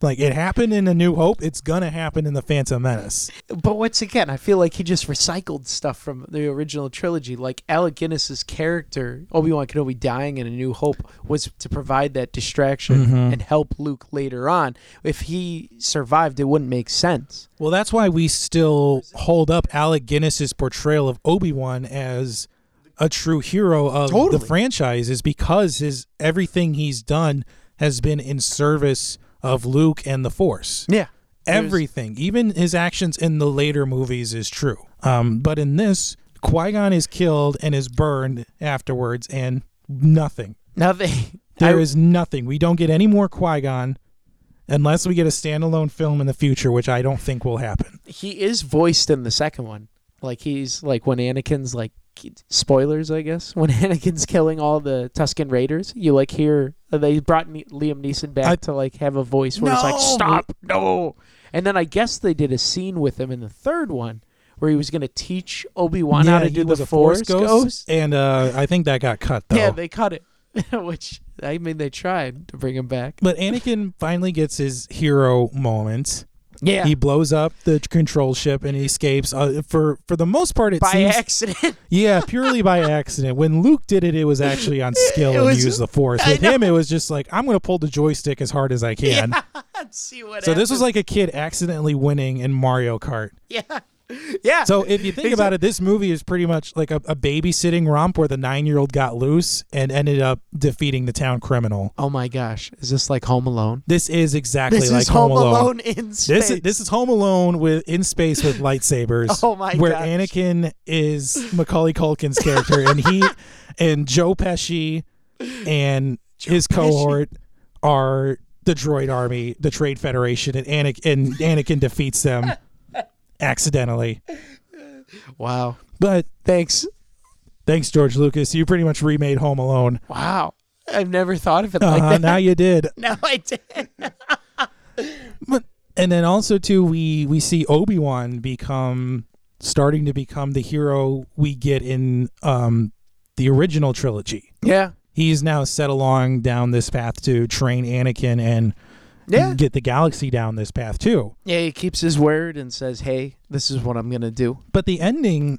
Speaker 1: like it happened in A New Hope, it's gonna happen in the Phantom Menace.
Speaker 2: But once again, I feel like he just recycled stuff from the original trilogy. Like Alec Guinness's character, Obi Wan Kenobi dying in A New Hope, was to provide that distraction
Speaker 1: Mm-hmm.
Speaker 2: and help Luke later on. If he survived, it wouldn't make sense.
Speaker 1: Well, that's why we still hold up Alec Guinness's portrayal of Obi Wan as a true hero of the
Speaker 2: Totally.
Speaker 1: franchise is because his everything he's done has been in service of Luke and the Force.
Speaker 2: Yeah.
Speaker 1: Everything, even his actions in the later movies, is true. Um, but in this, Qui Gon is killed and is burned afterwards, and nothing.
Speaker 2: Nothing.
Speaker 1: There is
Speaker 2: I-
Speaker 1: nothing. We don't get any more Qui Gon unless we get a standalone film in the future, which I don't think will happen.
Speaker 2: he is voiced in the second one. Like he's like when Anakin's like spoilers, I guess. When Anakin's killing all the Tusken Raiders, you like hear uh, they brought ne- Liam Neeson back
Speaker 1: I-
Speaker 2: to like have a voice where he's like
Speaker 1: No!
Speaker 2: stop, no. And then I guess they did a scene with him in the third one where he was going to teach Obi-Wan how to
Speaker 1: he
Speaker 2: do
Speaker 1: was
Speaker 2: the
Speaker 1: a Force Oh.
Speaker 2: ghost.
Speaker 1: and uh, I think that got cut though.
Speaker 2: Yeah, they cut it. Which I mean they tried to bring him back.
Speaker 1: but Anakin finally gets his hero moment.
Speaker 2: Yeah.
Speaker 1: He blows up the control ship and he escapes. Uh, for for the most part, it
Speaker 2: by
Speaker 1: seems
Speaker 2: accident.
Speaker 1: yeah, purely by accident. When Luke did it, it was actually on skill
Speaker 2: It
Speaker 1: and
Speaker 2: was-
Speaker 1: use the Force.
Speaker 2: I
Speaker 1: With
Speaker 2: know.
Speaker 1: him, it was just like I'm gonna pull the joystick as hard as I can.
Speaker 2: Let's see what
Speaker 1: So this was
Speaker 2: happens.
Speaker 1: like a kid accidentally winning in Mario Kart.
Speaker 2: Yeah. Yeah.
Speaker 1: So if you think about it, this movie is pretty much like a, a babysitting romp where the nine year old got loose and ended up defeating the town criminal.
Speaker 2: Oh my gosh, is this like Home Alone?
Speaker 1: This is exactly like
Speaker 2: in
Speaker 1: This is, this is Home Alone with in space with lightsabers.
Speaker 2: Oh my
Speaker 1: Where
Speaker 2: gosh.
Speaker 1: Anakin is Macaulay Culkin's character, and he and Joe Pesci and his cohort are the droid army, the Trade Federation, and Anakin and Anakin defeats them accidentally.
Speaker 2: wow.
Speaker 1: But
Speaker 2: Thanks.
Speaker 1: thanks, George Lucas, you pretty much remade Home Alone.
Speaker 2: Wow. I've never thought of it
Speaker 1: Uh,
Speaker 2: like that.
Speaker 1: now you did.
Speaker 2: No, I did.
Speaker 1: But and then also too, we we see Obi Wan become starting to become the hero we get in um, the original trilogy.
Speaker 2: Yeah.
Speaker 1: He's now set along down this path to train Anakin and
Speaker 2: Yeah.
Speaker 1: get the galaxy down this path too.
Speaker 2: Yeah, he keeps his word and says, "Hey, this is what I'm going to do."
Speaker 1: But the ending,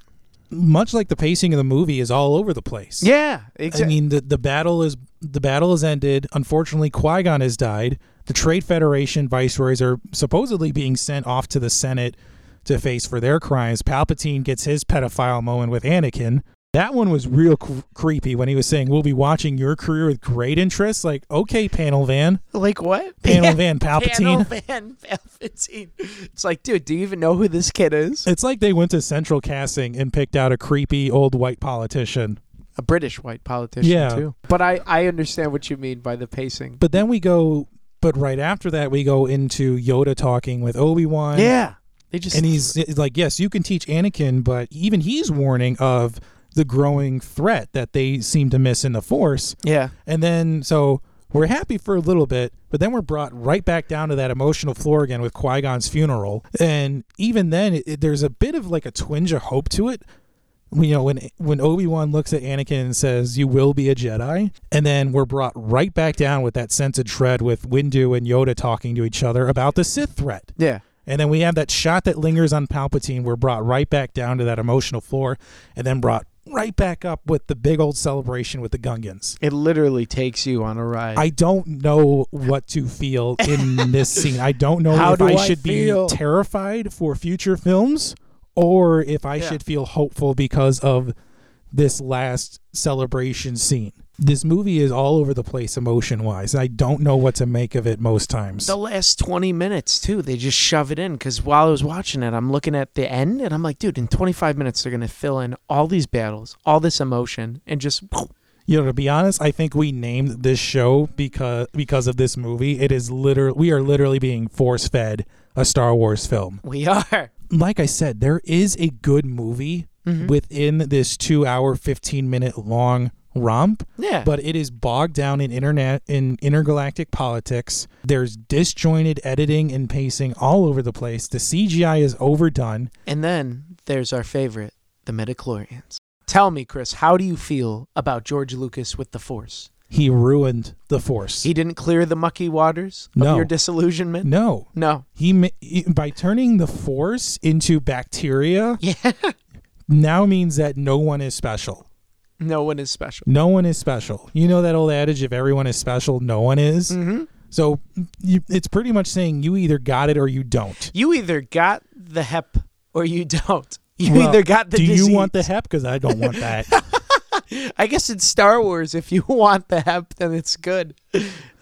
Speaker 1: much like the pacing of the movie, is all over the place.
Speaker 2: Yeah,
Speaker 1: I
Speaker 2: exactly.
Speaker 1: mean the the battle is the battle is ended. Unfortunately, Qui Gon has died. The Trade Federation viceroys are supposedly being sent off to the Senate to face for their crimes. Palpatine gets his pedophile moment with Anakin. That one was real cr- creepy when he was saying, "We'll be watching your career with great interest." Like, okay, panel van,
Speaker 2: like what?
Speaker 1: panel
Speaker 2: Yeah.
Speaker 1: van, Palpatine.
Speaker 2: Panel Van Palpatine. It's like, dude, do you even know who this kid is?
Speaker 1: It's like they went to central casting and picked out a creepy old white politician.
Speaker 2: A British white politician
Speaker 1: Yeah.
Speaker 2: too. But I I understand what you mean by the pacing.
Speaker 1: But then we go, but right after that, we go into Yoda talking with Obi Wan.
Speaker 2: yeah. They just
Speaker 1: and he's it's like, yes, you can teach Anakin, but even he's warning of the growing threat that they seem to miss in the Force.
Speaker 2: Yeah.
Speaker 1: And then, so we're happy for a little bit, but then we're brought right back down to that emotional floor again with Qui Gon's funeral. And even then, it, it- there's a bit of like a twinge of hope to it. You know, when when Obi Wan looks at Anakin and says, "You will be a Jedi," and then we're brought right back down with that sense of dread with Windu and Yoda talking to each other about the Sith threat.
Speaker 2: Yeah.
Speaker 1: And then we have that shot that lingers on Palpatine. We're brought right back down to that emotional floor and then brought right back up with the big old celebration with the Gungans.
Speaker 2: It literally takes you on a ride.
Speaker 1: I don't know what to feel in this scene. I don't know
Speaker 2: How
Speaker 1: if
Speaker 2: do
Speaker 1: I
Speaker 2: I
Speaker 1: should
Speaker 2: feel?
Speaker 1: be terrified for future films or if I
Speaker 2: Yeah.
Speaker 1: should feel hopeful because of this last celebration scene. This movie is all over the place emotion wise. I don't know what to make of it most times.
Speaker 2: the last 20 minutes too they just shove it in because while i was watching it i'm looking at the end and i'm like dude in 25 minutes they're gonna fill in all these battles all this emotion and just
Speaker 1: You know, to be honest, I think we named this show because because of this movie. It is literally we are literally being force fed a Star Wars film.
Speaker 2: we are
Speaker 1: Like I said,
Speaker 2: Mm-hmm.
Speaker 1: there is a good movie within this two hour, fifteen minute long romp,
Speaker 2: Yeah.
Speaker 1: but it is bogged down in internet in intergalactic politics. There's disjointed editing and pacing all over the place. The CGI is overdone.
Speaker 2: and then there's our favorite, the Metachlorians. Tell me, Chris, how do you feel about George Lucas with the Force?
Speaker 1: He ruined the force.
Speaker 2: He didn't clear the mucky waters of
Speaker 1: No.
Speaker 2: your disillusionment?
Speaker 1: no.
Speaker 2: No.
Speaker 1: He ma- he- by turning the force into bacteria
Speaker 2: Yeah.
Speaker 1: now means that no one is special.
Speaker 2: No one is special.
Speaker 1: No one is special. You know that old adage if everyone is special, no one is.
Speaker 2: Mm-hmm.
Speaker 1: So you, it's pretty much saying you either got it or you don't.
Speaker 2: You either got the HEP or you don't. You
Speaker 1: Well,
Speaker 2: either got the
Speaker 1: Do
Speaker 2: disease.
Speaker 1: you want the hep? Because I don't want that.
Speaker 2: I guess it's Star Wars. If you want the hep, then it's good.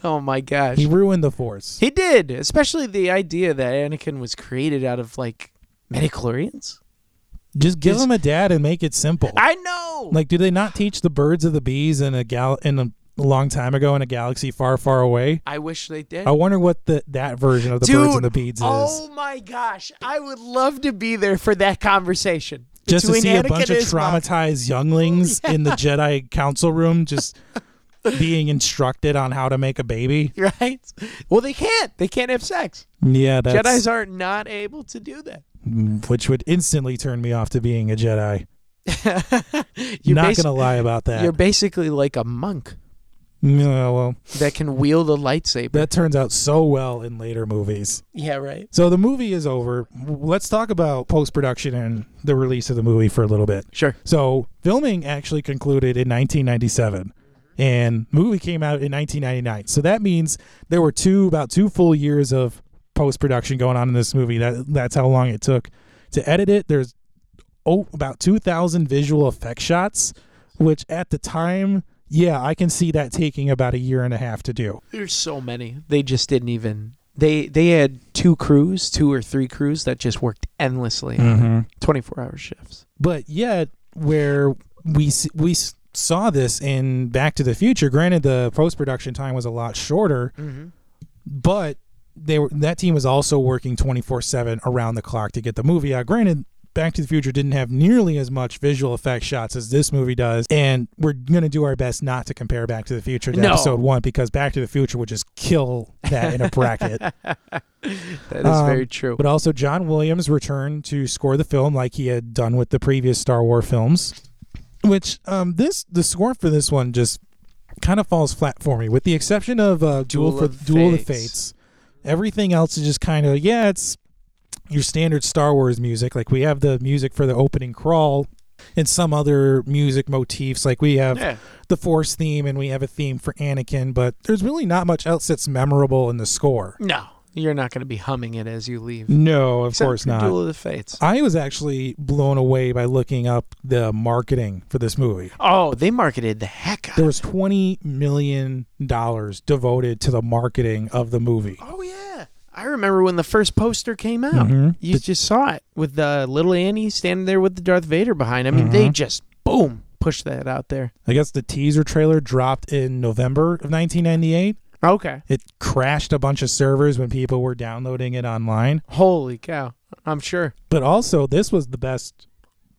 Speaker 2: Oh my gosh.
Speaker 1: he
Speaker 2: He,
Speaker 1: ruined the force.
Speaker 2: did, especially the idea that Anakin was created out of like midichlorians.
Speaker 1: Just give
Speaker 2: His-
Speaker 1: him a dad and make it simple.
Speaker 2: I know.
Speaker 1: like, do they not teach the birds of the bees in a gal in a long time ago in a galaxy far, far away?
Speaker 2: I wish they did.
Speaker 1: I wonder what the that version of oh, the birds and the bees is.
Speaker 2: Oh my gosh. I would love to be there for that conversation.
Speaker 1: just to
Speaker 2: between
Speaker 1: see a
Speaker 2: Anakin
Speaker 1: bunch of
Speaker 2: and his mom.
Speaker 1: traumatized younglings in the Jedi council room just being instructed on how to make a baby.
Speaker 2: Right? Well, they can't. They can't have sex.
Speaker 1: Yeah, that's
Speaker 2: Jedi's are not able to do that.
Speaker 1: which would instantly turn me off to being a Jedi.
Speaker 2: You're
Speaker 1: Not
Speaker 2: basi-
Speaker 1: gonna lie about that.
Speaker 2: You're basically like a monk
Speaker 1: No, well,
Speaker 2: that can wield a lightsaber.
Speaker 1: that turns out so well in later movies.
Speaker 2: yeah, right.
Speaker 1: So the movie is over. Let's talk about post production and the release of the movie for a little bit.
Speaker 2: Sure.
Speaker 1: So filming actually concluded in 1997, and the movie came out in 1999. So that means there were two about two full years of post production going on in this movie. That that's how long it took to edit it. There's oh about 2,000 visual effect shots, which at the time, yeah, I can see that taking about a year and a half to do.
Speaker 2: There's so many. They just didn't even. They they had two crews, two or three crews that just worked endlessly,
Speaker 1: Mm-hmm.
Speaker 2: 24 hour shifts.
Speaker 1: but yet where we s- we s- saw this in Back to the Future. Granted, the post production time was a lot shorter,
Speaker 2: Mm-hmm.
Speaker 1: but they were that team was also working twenty four seven around the clock to get the movie out. Granted. Back to the Future didn't have nearly as much visual effect shots as this movie does, and we're gonna do our best not to compare Back to the Future to
Speaker 2: No.
Speaker 1: Episode One because Back to the Future would just kill that in a bracket.
Speaker 2: That is
Speaker 1: Um,
Speaker 2: very true.
Speaker 1: But also, John Williams returned to score the film like he had done with the previous Star Wars films. Which um, this the score for this one just kind of falls flat for me, with the exception of uh, Duel,
Speaker 2: Duel
Speaker 1: for
Speaker 2: of
Speaker 1: Duel of the
Speaker 2: Fates.
Speaker 1: Fates. Everything else is just kind of yeah, it's your standard Star Wars music. Like we have the music for the opening crawl and some other music motifs. Like we have
Speaker 2: yeah.
Speaker 1: the Force theme and we have a theme for Anakin, but there's really not much else that's memorable in the score.
Speaker 2: No, you're not going to be humming it as you leave.
Speaker 1: No, of
Speaker 2: Except
Speaker 1: course
Speaker 2: for
Speaker 1: not.
Speaker 2: Duel of the Fates.
Speaker 1: I was actually blown away by looking up the marketing for this movie.
Speaker 2: Oh, they marketed the heck out.
Speaker 1: There
Speaker 2: of
Speaker 1: was twenty million dollars devoted to the marketing of the movie.
Speaker 2: Oh yeah, I remember when the first poster came out.
Speaker 1: Mhm.
Speaker 2: You just saw it with the little Annie standing there with the Darth Vader behind. I mean, they
Speaker 1: Mm-hmm.
Speaker 2: just boom pushed that out there.
Speaker 1: I guess the teaser trailer dropped in November of 1998.
Speaker 2: Okay.
Speaker 1: It crashed a bunch of servers when people were downloading it online.
Speaker 2: Holy cow! I'm sure.
Speaker 1: But also, this was the best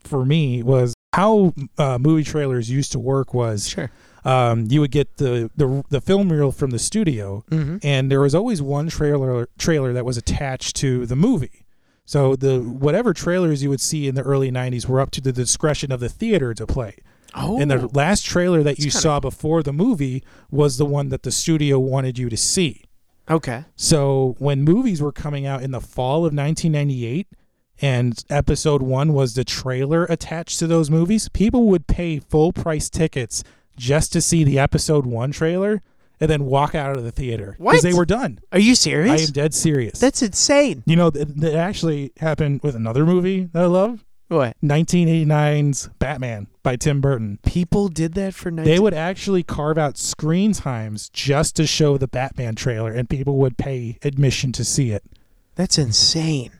Speaker 1: for me was how uh, movie trailers used to work was
Speaker 2: Sure.
Speaker 1: um, you would get the, the the film reel from the studio
Speaker 2: Mm-hmm.
Speaker 1: and there was always one trailer trailer that was attached to the movie. So the whatever trailers you would see in the early '90s were up to the discretion of the theater to play.
Speaker 2: Oh.
Speaker 1: And the last trailer that you
Speaker 2: kinda-
Speaker 1: saw before the movie was the one that the studio wanted you to see.
Speaker 2: okay.
Speaker 1: So when movies were coming out in the fall of 1998, and Episode One was the trailer attached to those movies, people would pay full price tickets just to see the Episode One trailer. And then walk out of the theater
Speaker 2: What?
Speaker 1: they were done.
Speaker 2: Are you
Speaker 1: I am
Speaker 2: serious?
Speaker 1: dead serious.
Speaker 2: That's insane.
Speaker 1: you know, th- that actually happened with another movie that I love
Speaker 2: What?
Speaker 1: 1989's Batman by Tim Burton.
Speaker 2: People did that for
Speaker 1: They
Speaker 2: 19.
Speaker 1: would actually carve out screen times just to show the Batman trailer, and people would pay admission to see it.
Speaker 2: That's insane.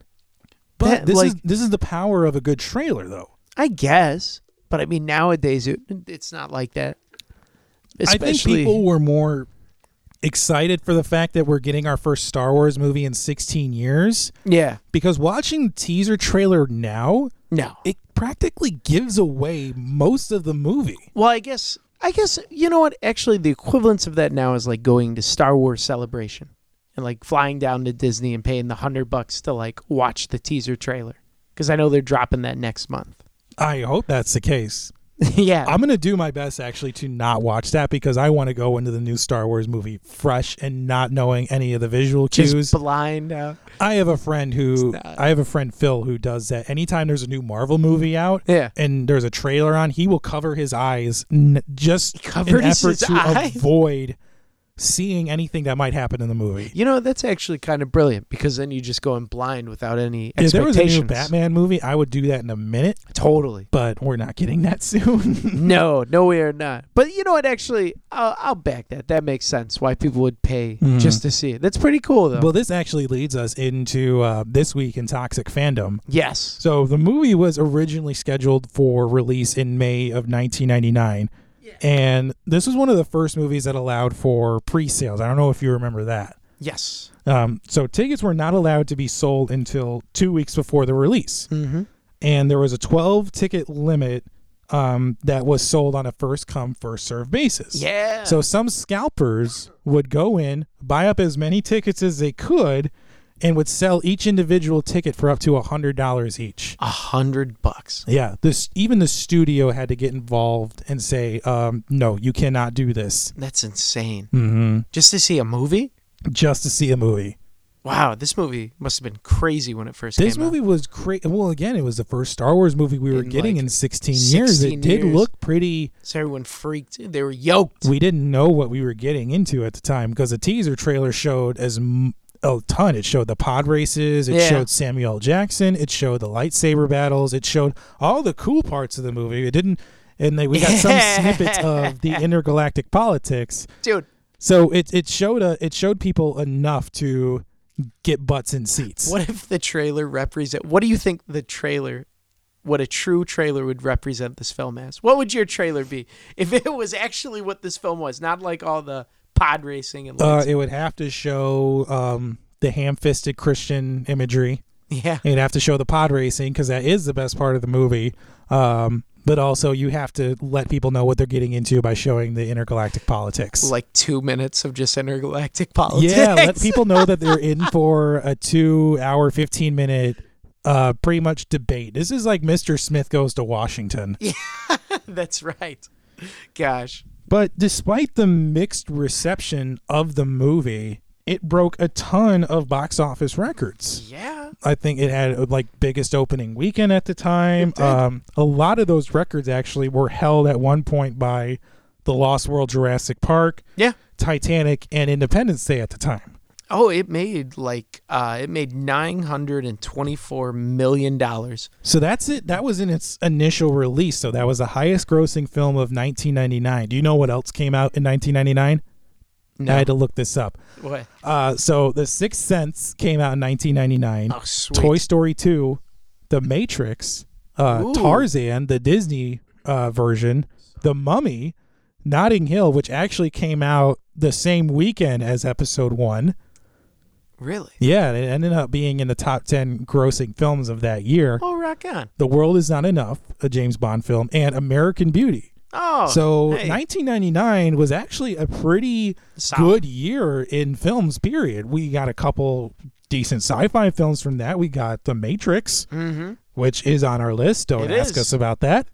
Speaker 1: But
Speaker 2: That,
Speaker 1: this, is,
Speaker 2: like-
Speaker 1: this is the power of a good trailer, though.
Speaker 2: I guess, but I mean nowadays it, it's not like that. Especially,
Speaker 1: I think people were more excited for the fact that we're getting our first Star Wars movie in 16 years
Speaker 2: yeah,
Speaker 1: because watching teaser trailer now,
Speaker 2: no.
Speaker 1: it practically gives away most of the movie.
Speaker 2: Well, I guess I guess you know what? Actually, the equivalence of that now is like going to Star Wars Celebration and like flying down to Disney and paying the hundred bucks to like watch the teaser trailer because I know they're dropping that next month.
Speaker 1: I hope that's the case.
Speaker 2: yeah,
Speaker 1: I'm gonna do my best actually to not watch that because I want to go into the new Star Wars movie fresh and not knowing any of the visual
Speaker 2: just
Speaker 1: cues.
Speaker 2: blind. Uh,
Speaker 1: I have a friend who
Speaker 2: It's not-
Speaker 1: I have a friend Phil who does that. Anytime there's a new Marvel movie out
Speaker 2: yeah,
Speaker 1: and there's a trailer on, he will cover his eyes n- just in
Speaker 2: covers
Speaker 1: effort
Speaker 2: his
Speaker 1: to
Speaker 2: eyes?
Speaker 1: avoid seeing anything that might happen in the movie.
Speaker 2: you know that's actually kind of brilliant because then you just go in blind without any
Speaker 1: If there was a
Speaker 2: expectations.
Speaker 1: new Batman movie, I would do that in a minute,
Speaker 2: Totally.
Speaker 1: but we're not getting that soon.
Speaker 2: No, no, we are not. But you know what? Actually, I'll, I'll back that. That makes sense. Why people would pay
Speaker 1: Mhm.
Speaker 2: just to see it. That's pretty cool, though.
Speaker 1: well, this actually leads us into uh, this week in toxic fandom.
Speaker 2: yes.
Speaker 1: So the movie was originally scheduled for release in May of 1999. And this was one of the first movies that allowed for pre sales. I don't know if you remember that.
Speaker 2: Yes.
Speaker 1: Um, so tickets were not allowed to be sold until two weeks before the release.
Speaker 2: Mm-hmm.
Speaker 1: And there was a 12 ticket limit um, that was sold on a first come, first serve basis.
Speaker 2: Yeah.
Speaker 1: So some scalpers would go in, buy up as many tickets as they could, and would sell each individual ticket for up to $100 each.
Speaker 2: a hundred bucks.
Speaker 1: Yeah, this even the studio had to get involved and say, um, "No, you cannot do this."
Speaker 2: That's insane.
Speaker 1: Mm-hmm.
Speaker 2: Just to see a movie?
Speaker 1: Just to see a movie.
Speaker 2: Wow, this movie must have been crazy when it first
Speaker 1: This
Speaker 2: came out.
Speaker 1: movie was great. Well, again, it was the first Star Wars movie we were
Speaker 2: In,
Speaker 1: getting
Speaker 2: like,
Speaker 1: in 16, years. It
Speaker 2: 16
Speaker 1: did
Speaker 2: years.
Speaker 1: look pretty.
Speaker 2: So everyone freaked. They were yoked.
Speaker 1: We didn't know what we were getting into at the time because the teaser trailer showed as m- a ton. It showed the pod races. It
Speaker 2: Yeah.
Speaker 1: showed Samuel L. Jackson. It showed the lightsaber battles. It showed all the cool parts of the movie. It didn't. And they, we got some snippets of the intergalactic politics.
Speaker 2: Dude,
Speaker 1: So it it showed a, it showed people enough to get butts in seats.
Speaker 2: what if the trailer represent what do you think the trailer what a true trailer would represent this film as? What would your trailer be if it was actually what this film was, not like all the pod racing and
Speaker 1: Uh,
Speaker 2: lights?
Speaker 1: it would have to show um, the ham-fisted Christian imagery.
Speaker 2: yeah.
Speaker 1: It'd have to show the pod racing because that is the best part of the movie. Um, but also, you have to let people know what they're getting into by showing the intergalactic politics.
Speaker 2: Like two minutes of just intergalactic politics.
Speaker 1: yeah, let people know that they're in for a two-hour, fifteen-minute, uh, pretty much debate. This is like Mr. Smith goes to Washington.
Speaker 2: That's right. Gosh.
Speaker 1: But despite the mixed reception of the movie, it broke a ton of box office records.
Speaker 2: Yeah.
Speaker 1: I think it had uh, like biggest opening weekend at the time.
Speaker 2: It did.
Speaker 1: Um, a lot of those records actually were held at one point by The Lost World, Jurassic Park,
Speaker 2: Yeah.
Speaker 1: Titanic, and Independence Day at the time.
Speaker 2: Oh, it made like uh, it made nine hundred and twenty-four million dollars.
Speaker 1: So that's it. That was in its initial release. So that was the highest grossing film of 1999. Do you know what else came out in 1999? I had to look this up.
Speaker 2: What?
Speaker 1: Uh, so The Sixth Sense came out in 1999.
Speaker 2: Oh, sweet.
Speaker 1: Toy Story 2, The Matrix, uh,
Speaker 2: Ooh.
Speaker 1: Tarzan, the Disney uh, version, The Mummy, Notting Hill, which actually came out the same weekend as Episode One.
Speaker 2: Really?
Speaker 1: Yeah, and it ended up being in the top 10 grossing films of that year.
Speaker 2: Oh, rock on.
Speaker 1: The World Is Not Enough, a James Bond film, and American Beauty.
Speaker 2: Oh,
Speaker 1: so
Speaker 2: hey.
Speaker 1: 1999 was actually a pretty
Speaker 2: Solid.
Speaker 1: good year in films period we got a couple decent sci-fi films from that we got the matrix
Speaker 2: Mm-hmm.
Speaker 1: which is on our list don't
Speaker 2: It
Speaker 1: ask
Speaker 2: is.
Speaker 1: us about that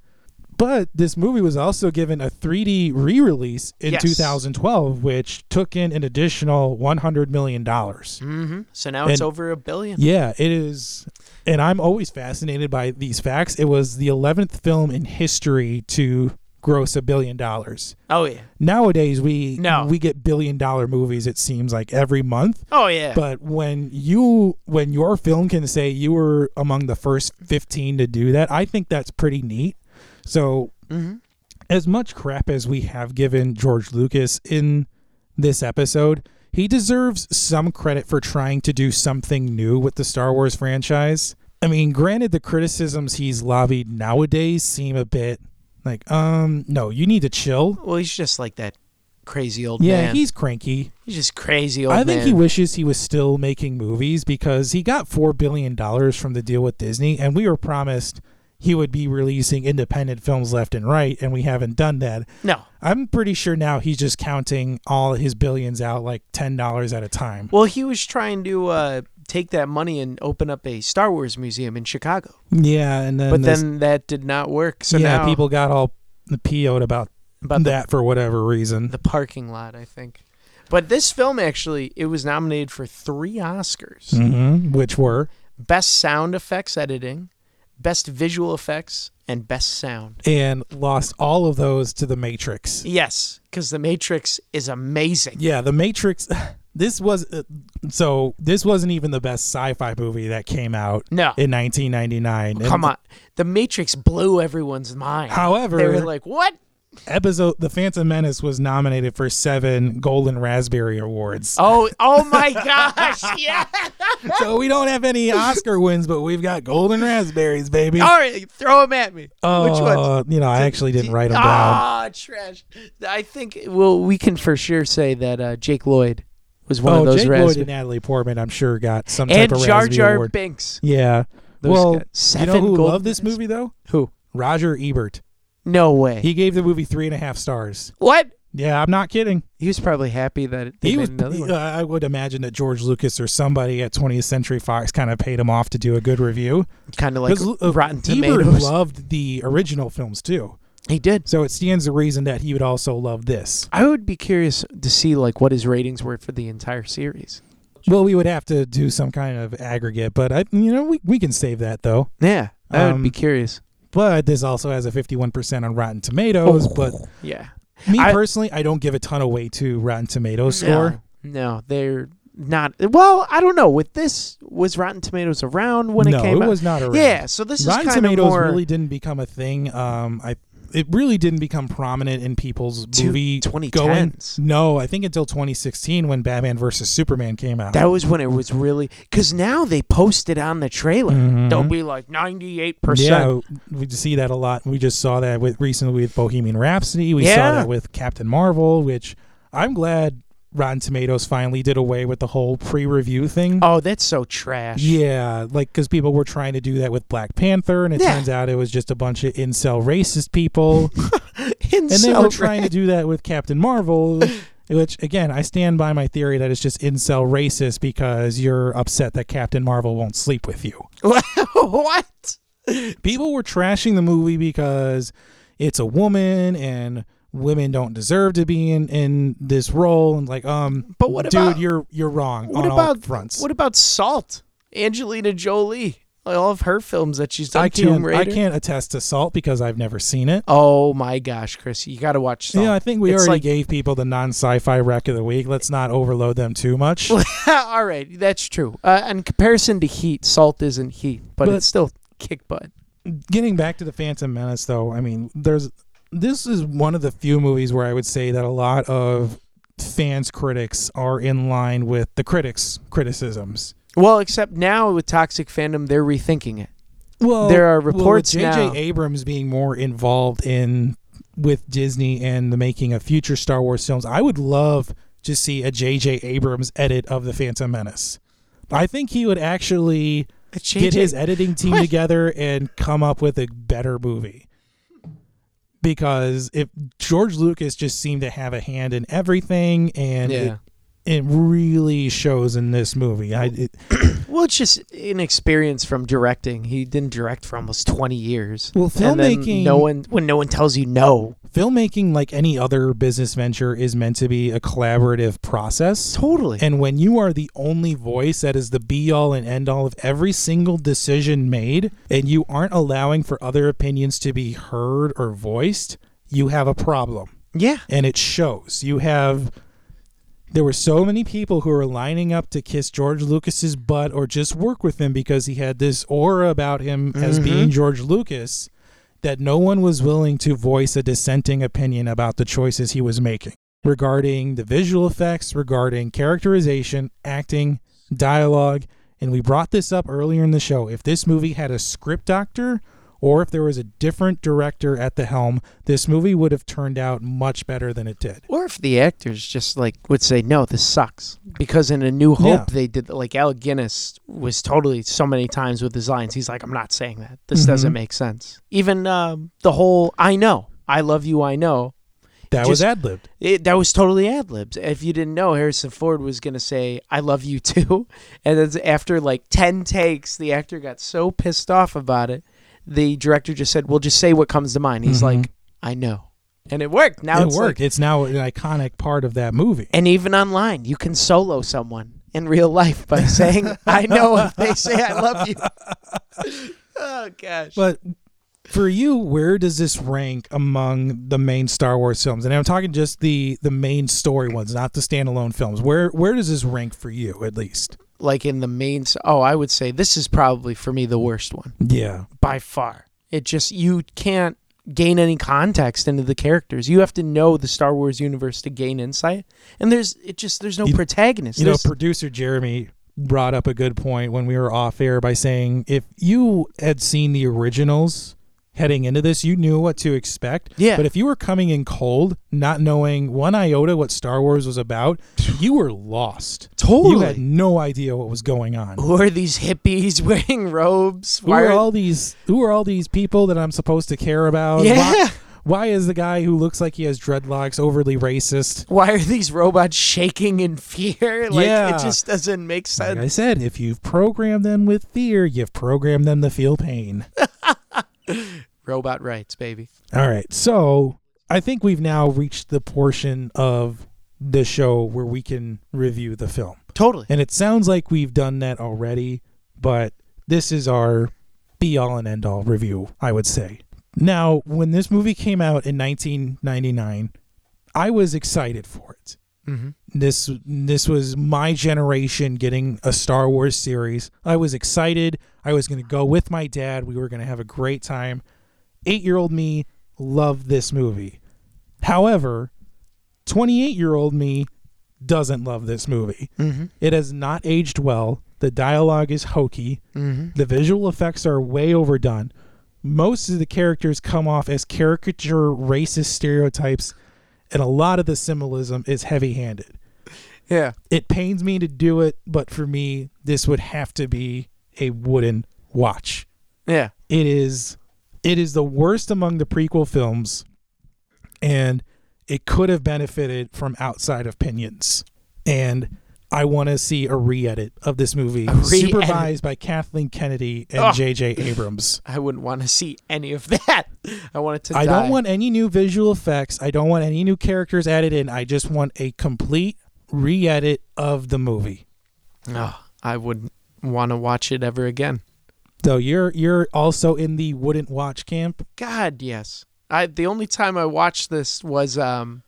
Speaker 1: but this movie was also given a 3d re-release in
Speaker 2: Yes.
Speaker 1: 2012 which took in an additional 100 million dollars
Speaker 2: Mm-hmm. So now it's
Speaker 1: And-
Speaker 2: over a billion.
Speaker 1: yeah it is and i'm always fascinated by these facts it was the 11th film in history to gross a billion dollars
Speaker 2: Oh yeah.
Speaker 1: nowadays we
Speaker 2: No.
Speaker 1: we get billion dollar movies it seems like every month
Speaker 2: Oh yeah.
Speaker 1: but when you when your film can say you were among the first 15 to do that i think that's pretty neat so
Speaker 2: mm-hmm.
Speaker 1: as much crap as we have given george lucas in this episode he deserves some credit for trying to do something new with the star wars franchise i mean granted the criticisms he's lobbied nowadays seem a bit like um no you need to chill
Speaker 2: Well, he's just like that crazy old
Speaker 1: yeah
Speaker 2: man.
Speaker 1: he's cranky
Speaker 2: he's just crazy old
Speaker 1: I think
Speaker 2: man.
Speaker 1: he wishes he was still making movies because he got four billion dollars from the deal with Disney, and we were promised he would be releasing independent films left and right, and we haven't done that.
Speaker 2: No.
Speaker 1: I'm pretty sure now he's just counting all his billions out like ten dollars at a time.
Speaker 2: Well, he was trying to uh, take that money and open up a Star Wars museum in Chicago,
Speaker 1: Yeah, and then
Speaker 2: but
Speaker 1: this-
Speaker 2: then that did not work. So
Speaker 1: yeah,
Speaker 2: now
Speaker 1: people got all PO'd about
Speaker 2: about the,
Speaker 1: that for whatever reason.
Speaker 2: the parking lot, I think. But this film actually, it was nominated for three Oscars:
Speaker 1: hmm which were
Speaker 2: best sound effects editing, best visual effects, and best sound.
Speaker 1: and lost all of those to the Matrix.
Speaker 2: Yes, because The Matrix is amazing.
Speaker 1: Yeah, the Matrix. This was uh, so. This wasn't even the best sci-fi movie that came out
Speaker 2: No,
Speaker 1: in 1999.
Speaker 2: come
Speaker 1: And-
Speaker 2: on, The Matrix blew everyone's mind.
Speaker 1: However,
Speaker 2: they were like, "What?"
Speaker 1: episode The Phantom Menace was nominated for seven Golden Raspberry Awards.
Speaker 2: Oh, oh my gosh! Yeah.
Speaker 1: so we don't have any Oscar wins, but we've got Golden Raspberries, baby.
Speaker 2: All right, throw them at me.
Speaker 1: Oh,
Speaker 2: Oh, Which ones?
Speaker 1: you know, I actually didn't write them down.
Speaker 2: Ah, trash. I think well, we can for sure say that uh, Jake Lloyd was one
Speaker 1: oh,
Speaker 2: of those
Speaker 1: Jake Lloyd
Speaker 2: raspberry-
Speaker 1: and Natalie Portman, I'm sure, got some type
Speaker 2: and
Speaker 1: of
Speaker 2: Jar
Speaker 1: Raspberry
Speaker 2: Jar
Speaker 1: award.
Speaker 2: Binks.
Speaker 1: Yeah.
Speaker 2: Those
Speaker 1: well,
Speaker 2: guys.
Speaker 1: you
Speaker 2: Seven
Speaker 1: know who
Speaker 2: Golden
Speaker 1: loved this
Speaker 2: Raspberries?
Speaker 1: movie though?
Speaker 2: Who?
Speaker 1: Roger Ebert.
Speaker 2: No way.
Speaker 1: He gave the movie three and a half stars.
Speaker 2: what?
Speaker 1: Yeah, I'm not kidding.
Speaker 2: He was probably happy that it- they
Speaker 1: he
Speaker 2: made
Speaker 1: was.
Speaker 2: another one.
Speaker 1: uh, I would imagine that George Lucas or somebody at 20th Century Fox kind of paid him off to do a good review.
Speaker 2: kind of like
Speaker 1: 'Cause, uh,
Speaker 2: Rotten
Speaker 1: Ebert
Speaker 2: Tomatoes.
Speaker 1: loved the original films too,
Speaker 2: he did.
Speaker 1: so it stands to reason that he would also love this.
Speaker 2: I would be curious to see like what his ratings were for the entire series.
Speaker 1: Well, we would have to do some kind of aggregate, but I, you know, we we can save that though.
Speaker 2: Yeah, I would be
Speaker 1: Um,
Speaker 2: curious.
Speaker 1: But this also has a 51% on Rotten Tomatoes. But
Speaker 2: yeah,
Speaker 1: me
Speaker 2: Oh. I-
Speaker 1: personally, I don't give a ton of weight to Rotten Tomatoes score.
Speaker 2: No, no, they're not. Well, I don't know. With this, was Rotten Tomatoes around when
Speaker 1: no,
Speaker 2: it came out?
Speaker 1: was not around.
Speaker 2: Yeah, so this
Speaker 1: Rotten
Speaker 2: is kind
Speaker 1: Tomatoes
Speaker 2: of more
Speaker 1: really didn't become a thing. Um, I it really didn't become prominent in people's
Speaker 2: Dude,
Speaker 1: movie going.
Speaker 2: 2010s.
Speaker 1: No, I think until 2016 when Batman versus Superman came out.
Speaker 2: That was when it was really because now they post it on the trailer.
Speaker 1: Mhm.
Speaker 2: They'll be like ninety eight percent.
Speaker 1: yeah, we just see that a lot. We just saw that with recently with Bohemian Rhapsody. We
Speaker 2: Yeah.
Speaker 1: saw that with Captain Marvel, which I'm glad Rotten Tomatoes finally did away with the whole pre-review thing.
Speaker 2: Oh, that's so trash.
Speaker 1: Yeah, like because people were trying to do that with Black Panther, and it
Speaker 2: Yeah.
Speaker 1: turns out it was just a bunch of incel racist people,
Speaker 2: and
Speaker 1: and they
Speaker 2: so
Speaker 1: were trying to do that with Captain Marvel. Which again, I stand by my theory that it's just incel racist because you're upset that Captain Marvel won't sleep with you.
Speaker 2: what?
Speaker 1: People were trashing the movie because it's a woman and women don't deserve to be in, in this role and like um
Speaker 2: But what
Speaker 1: dude
Speaker 2: about-
Speaker 1: you're you're wrong
Speaker 2: What
Speaker 1: on all
Speaker 2: about
Speaker 1: fronts
Speaker 2: What about Salt? Angelina Jolie, Like, all of her films that she's done.
Speaker 1: i
Speaker 2: Tomb
Speaker 1: can't i
Speaker 2: Raider.
Speaker 1: can't attest to salt because i've never seen it
Speaker 2: Oh my gosh, Chris, you got to watch Salt.
Speaker 1: Yeah, I think we
Speaker 2: It's
Speaker 1: already
Speaker 2: like-
Speaker 1: gave people the non sci-fi wreck of the week. Let's not overload them too much.
Speaker 2: all right, that's true. Uh, in comparison to Heat, Salt isn't Heat, but,
Speaker 1: But-
Speaker 2: it's still kick butt.
Speaker 1: Getting back to the Phantom Menace, though, I mean, there's this is one of the few movies where I would say that a lot of fans critics are in line with the critics criticisms.
Speaker 2: Well, except now with Toxic Fandom, they're rethinking it.
Speaker 1: Well,
Speaker 2: There are reports
Speaker 1: well, with
Speaker 2: now-
Speaker 1: JJ Abrams being more involved in with Disney and the making of future Star Wars films. I would love to see a JJ Abrams edit of the Phantom Menace. I think he would actually get his editing team
Speaker 2: What?
Speaker 1: together and come up with a better movie. Because if George Lucas just seemed to have a hand in everything, and
Speaker 2: yeah.
Speaker 1: it, it really shows in this movie. I it,
Speaker 2: well, it's just an experience from directing. He didn't direct for almost twenty years.
Speaker 1: well,
Speaker 2: And then
Speaker 1: filmmaking,
Speaker 2: no one when no one tells you no.
Speaker 1: filmmaking, like any other business venture, is meant to be a collaborative process.
Speaker 2: Totally.
Speaker 1: And when you are the only voice that is the be all and end all of every single decision made, and you aren't allowing for other opinions to be heard or voiced, you have a problem.
Speaker 2: yeah.
Speaker 1: And it shows. You have. There were so many people who were lining up to kiss George Lucas's butt or just work with him because he had this aura about him as
Speaker 2: Mhm.
Speaker 1: being George Lucas that no one was willing to voice a dissenting opinion about the choices he was making regarding the visual effects, regarding characterization, acting, dialogue. And we brought this up earlier in the show. If this movie had a script doctor or if there was a different director at the helm, this movie would have turned out much better than it did.
Speaker 2: Or if the actors just like would say, "No, this sucks," because in A New Hope
Speaker 1: Yeah.
Speaker 2: they did like Al Guinness was totally so many times with his lines. He's like, "I'm not saying that. This
Speaker 1: Mhm.
Speaker 2: doesn't make sense." Even um, the whole "I know, I love you, I know"
Speaker 1: That was
Speaker 2: Just-
Speaker 1: ad libbed.
Speaker 2: it, that was totally ad libs. If you didn't know, Harrison Ford was gonna say "I love you too," and then after like ten takes, the actor got so pissed off about it, the director just said, "Well, just say what comes to mind." He's
Speaker 1: Mhm.
Speaker 2: like, "I know," and it worked. Now
Speaker 1: It
Speaker 2: it's
Speaker 1: worked.
Speaker 2: Like,
Speaker 1: it's now an iconic part of that movie.
Speaker 2: and even online, you can solo someone in real life by saying, "I know." If they say "I love you," oh gosh,
Speaker 1: But for you, where does this rank among the main Star Wars films? And I'm talking just the the main story ones, not the standalone films. Where where does this rank for you, at least?
Speaker 2: like in the main. Oh, I would say this is probably for me the worst one.
Speaker 1: Yeah.
Speaker 2: by far. It just you can't gain any context into the characters. You have to know the Star Wars universe to gain insight. And there's it just there's no
Speaker 1: You-
Speaker 2: protagonist.
Speaker 1: You know,
Speaker 2: There's-
Speaker 1: producer Jeremy brought up a good point when we were off air by saying if you had seen the originals heading into this, you knew what to expect.
Speaker 2: Yeah.
Speaker 1: But if you were coming in cold, not knowing one iota what Star Wars was about, you were lost. You had
Speaker 2: totally.
Speaker 1: no idea what was going on.
Speaker 2: Who are these hippies wearing robes?
Speaker 1: Who
Speaker 2: Why
Speaker 1: are
Speaker 2: are
Speaker 1: all these? Who are all these people that I'm supposed to care about?
Speaker 2: Yeah.
Speaker 1: Why, why is the guy who looks like he has dreadlocks overly racist?
Speaker 2: why are these robots shaking in fear? Like
Speaker 1: Yeah.
Speaker 2: it just doesn't make sense.
Speaker 1: Like I said, if you've programmed them with fear, you've programmed them to feel pain.
Speaker 2: Robot rights, baby.
Speaker 1: All right. So I think we've now reached the portion of the show where we can review the film.
Speaker 2: Totally.
Speaker 1: And it sounds like we've done that already, but this is our be all and end all review, I would say. Now, when this movie came out in 1999, I was excited for it.
Speaker 2: Mm-hmm.
Speaker 1: This this was my generation getting a Star Wars series. I was excited. I was going to go with my dad. We were going to have a great time. 8-year-old me loved this movie. However, 28-year-old me doesn't love this movie.
Speaker 2: Mm-hmm.
Speaker 1: It has not aged well. The dialogue is hokey.
Speaker 2: Mm-hmm.
Speaker 1: The visual effects are way overdone. Most of the characters come off as caricature racist stereotypes, and a lot of the symbolism is heavy handed.
Speaker 2: Yeah.
Speaker 1: It pains me to do it, but for me, this would have to be a wooden watch.
Speaker 2: Yeah.
Speaker 1: It is it is the worst among the prequel films, and it could have benefited from outside opinions. And I want to see a re-edit of this movie,
Speaker 2: re-edit.
Speaker 1: supervised by Kathleen Kennedy
Speaker 2: Ugh.
Speaker 1: and J.J. Abrams.
Speaker 2: I wouldn't want to see any of that. I want it to
Speaker 1: I
Speaker 2: die.
Speaker 1: don't want any new visual effects. I don't want any new characters added in. I just want a complete re-edit of the movie.
Speaker 2: Oh, I wouldn't want to watch it ever again.
Speaker 1: So you're you're also in the wouldn't watch camp.
Speaker 2: God, yes. I the only time I watched this was um,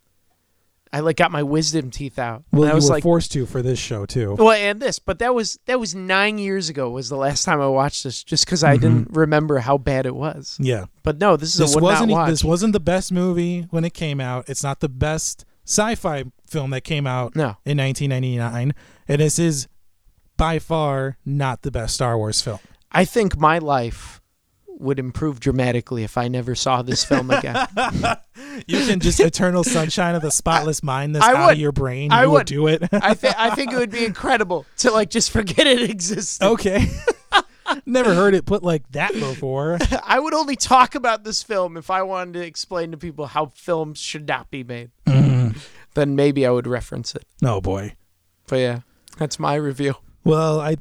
Speaker 2: I like got my wisdom teeth out.
Speaker 1: Well,
Speaker 2: and I
Speaker 1: you
Speaker 2: was
Speaker 1: were
Speaker 2: like,
Speaker 1: forced to for this show too.
Speaker 2: well, and this, but that was that was nine years ago. Was the last time I watched this, just because I didn't remember how bad it was.
Speaker 1: Yeah.
Speaker 2: But no, this is
Speaker 1: Mm-hmm. this
Speaker 2: a would
Speaker 1: wasn't e-,
Speaker 2: not watch.
Speaker 1: this wasn't the best movie when it came out. It's not the best sci-fi film that came out
Speaker 2: no,
Speaker 1: in 1999, and this is by far not the best Star Wars film.
Speaker 2: I think my life would improve dramatically if I never saw this film again.
Speaker 1: You can just eternal sunshine of the spotless mind this
Speaker 2: I
Speaker 1: out
Speaker 2: would.
Speaker 1: of your brain.
Speaker 2: I
Speaker 1: you
Speaker 2: would.
Speaker 1: do it.
Speaker 2: I think I think it would be incredible to like just forget it existed.
Speaker 1: okay. Never heard it put like that before.
Speaker 2: I would only talk about this film if I wanted to explain to people how films should not be made. Mm-hmm. Then maybe I would reference it.
Speaker 1: No Oh, boy.
Speaker 2: But yeah, that's my review.
Speaker 1: Well, I,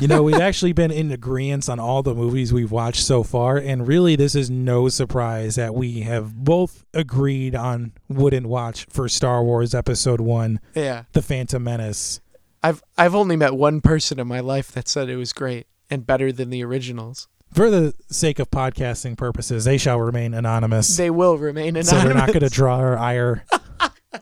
Speaker 1: you know, we've actually been in agreement on all the movies we've watched so far, and really, this is no surprise that we have both agreed on wouldn't watch for Star Wars Episode One,
Speaker 2: Yeah,
Speaker 1: The Phantom Menace.
Speaker 2: I've I've only met one person in my life that said it was great and better than the originals.
Speaker 1: For the sake of podcasting purposes, they shall remain anonymous,
Speaker 2: They will remain anonymous.
Speaker 1: so we're not going to draw our ire.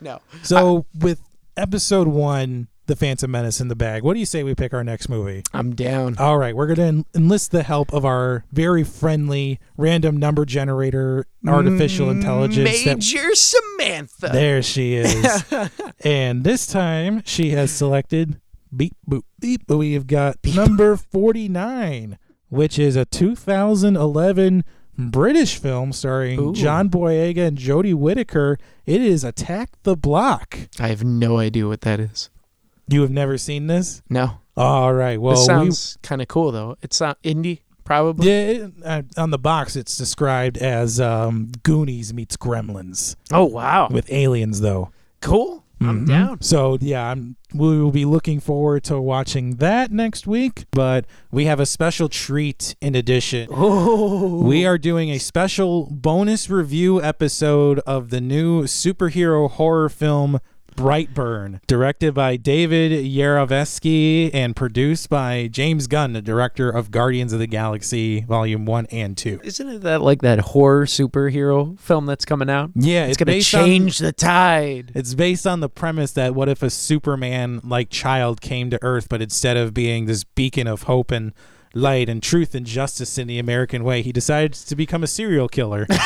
Speaker 2: No,
Speaker 1: So, with Episode One, The Phantom Menace in the bag, what do you say we pick our next movie?
Speaker 2: I'm down.
Speaker 1: All right, we're going to en- enlist the help of our very friendly random number generator artificial
Speaker 2: Mm,
Speaker 1: intelligence. that-
Speaker 2: Major Samantha.
Speaker 1: there she is. and this time she has selected beep boop beep. We've got number 49, which is a 2011 British film starring
Speaker 2: Ooh.
Speaker 1: John Boyega and Jodie Whittaker. It is Attack the Block.
Speaker 2: I have no idea what that is.
Speaker 1: You have never seen this?
Speaker 2: No.
Speaker 1: All right. Well,
Speaker 2: this
Speaker 1: we-
Speaker 2: sounds kind of cool though. It's not indie, probably.
Speaker 1: yeah, it, uh, on the box it's described as um, Goonies meets Gremlins
Speaker 2: Oh wow, Mm-hmm.
Speaker 1: with aliens though.
Speaker 2: cool. I'm down.
Speaker 1: So yeah, I'm, we will be looking forward to watching that next week. But we have a special treat in addition.
Speaker 2: Oh,
Speaker 1: We are doing a special bonus review episode of the new superhero horror film Brightburn, directed by David Yarovesky and produced by James Gunn, the director of Guardians of the Galaxy Volume 1 and 2.
Speaker 2: isn't it that like that horror superhero film that's coming out?
Speaker 1: Yeah,
Speaker 2: It's gonna
Speaker 1: based on-
Speaker 2: change the tide.
Speaker 1: It's based on the premise that what if a Superman like child came to Earth, but instead of being this beacon of hope and light and truth and justice in the American way, he decides to become a serial killer.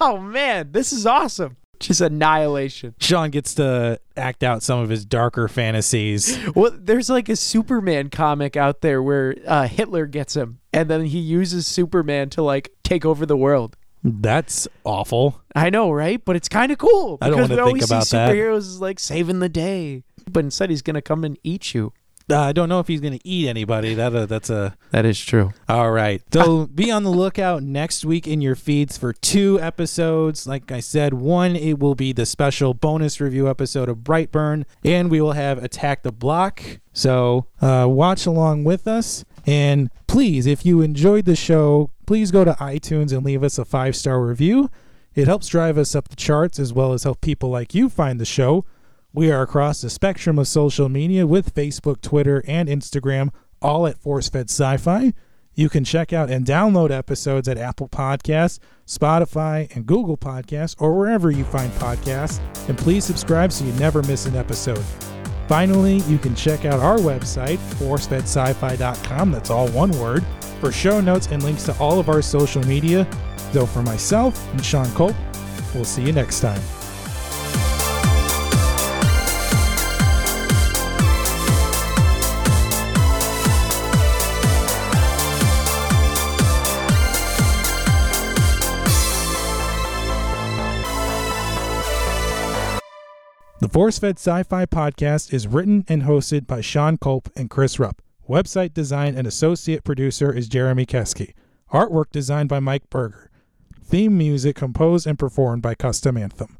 Speaker 2: Oh man, this is awesome. Just annihilation.
Speaker 1: Sean gets to act out some of his darker fantasies.
Speaker 2: Well, there's like a Superman comic out there where uh, Hitler gets him, and then he uses Superman to like take over the world.
Speaker 1: That's awful.
Speaker 2: I know, right? But it's kind of cool
Speaker 1: I don't wanna
Speaker 2: because we
Speaker 1: think
Speaker 2: always
Speaker 1: about
Speaker 2: see
Speaker 1: that.
Speaker 2: superheroes as like saving the day, but instead he's gonna come and eat you.
Speaker 1: Uh, I don't know if he's going to eat anybody. That uh, that's a
Speaker 2: That is true.
Speaker 1: all right. So be on the lookout next week in your feeds for two episodes. Like I said, one it will be the special bonus review episode of Brightburn, and we will have Attack the Block. So uh, watch along with us, and please, if you enjoyed the show, please go to iTunes and leave us a five star review. It helps drive us up the charts as well as help people like you find the show. We are across the spectrum of social media with Facebook, Twitter, and Instagram, all at ForceFed Sci Fi. You can check out and download episodes at Apple Podcasts, Spotify, and Google Podcasts, or wherever you find podcasts. And please subscribe so you never miss an episode. Finally, you can check out our website, forcefedscifi.com, that's all one word, for show notes and links to all of our social media. So for myself and Sean Culp, we'll see you next time. The Force Fed Sci Fi Podcast is written and hosted by Sean Culp and Chris Rupp. Website design and associate producer is Jeremy Keske. Artwork designed by Mike Berger. Theme music composed and performed by Custom Anthem.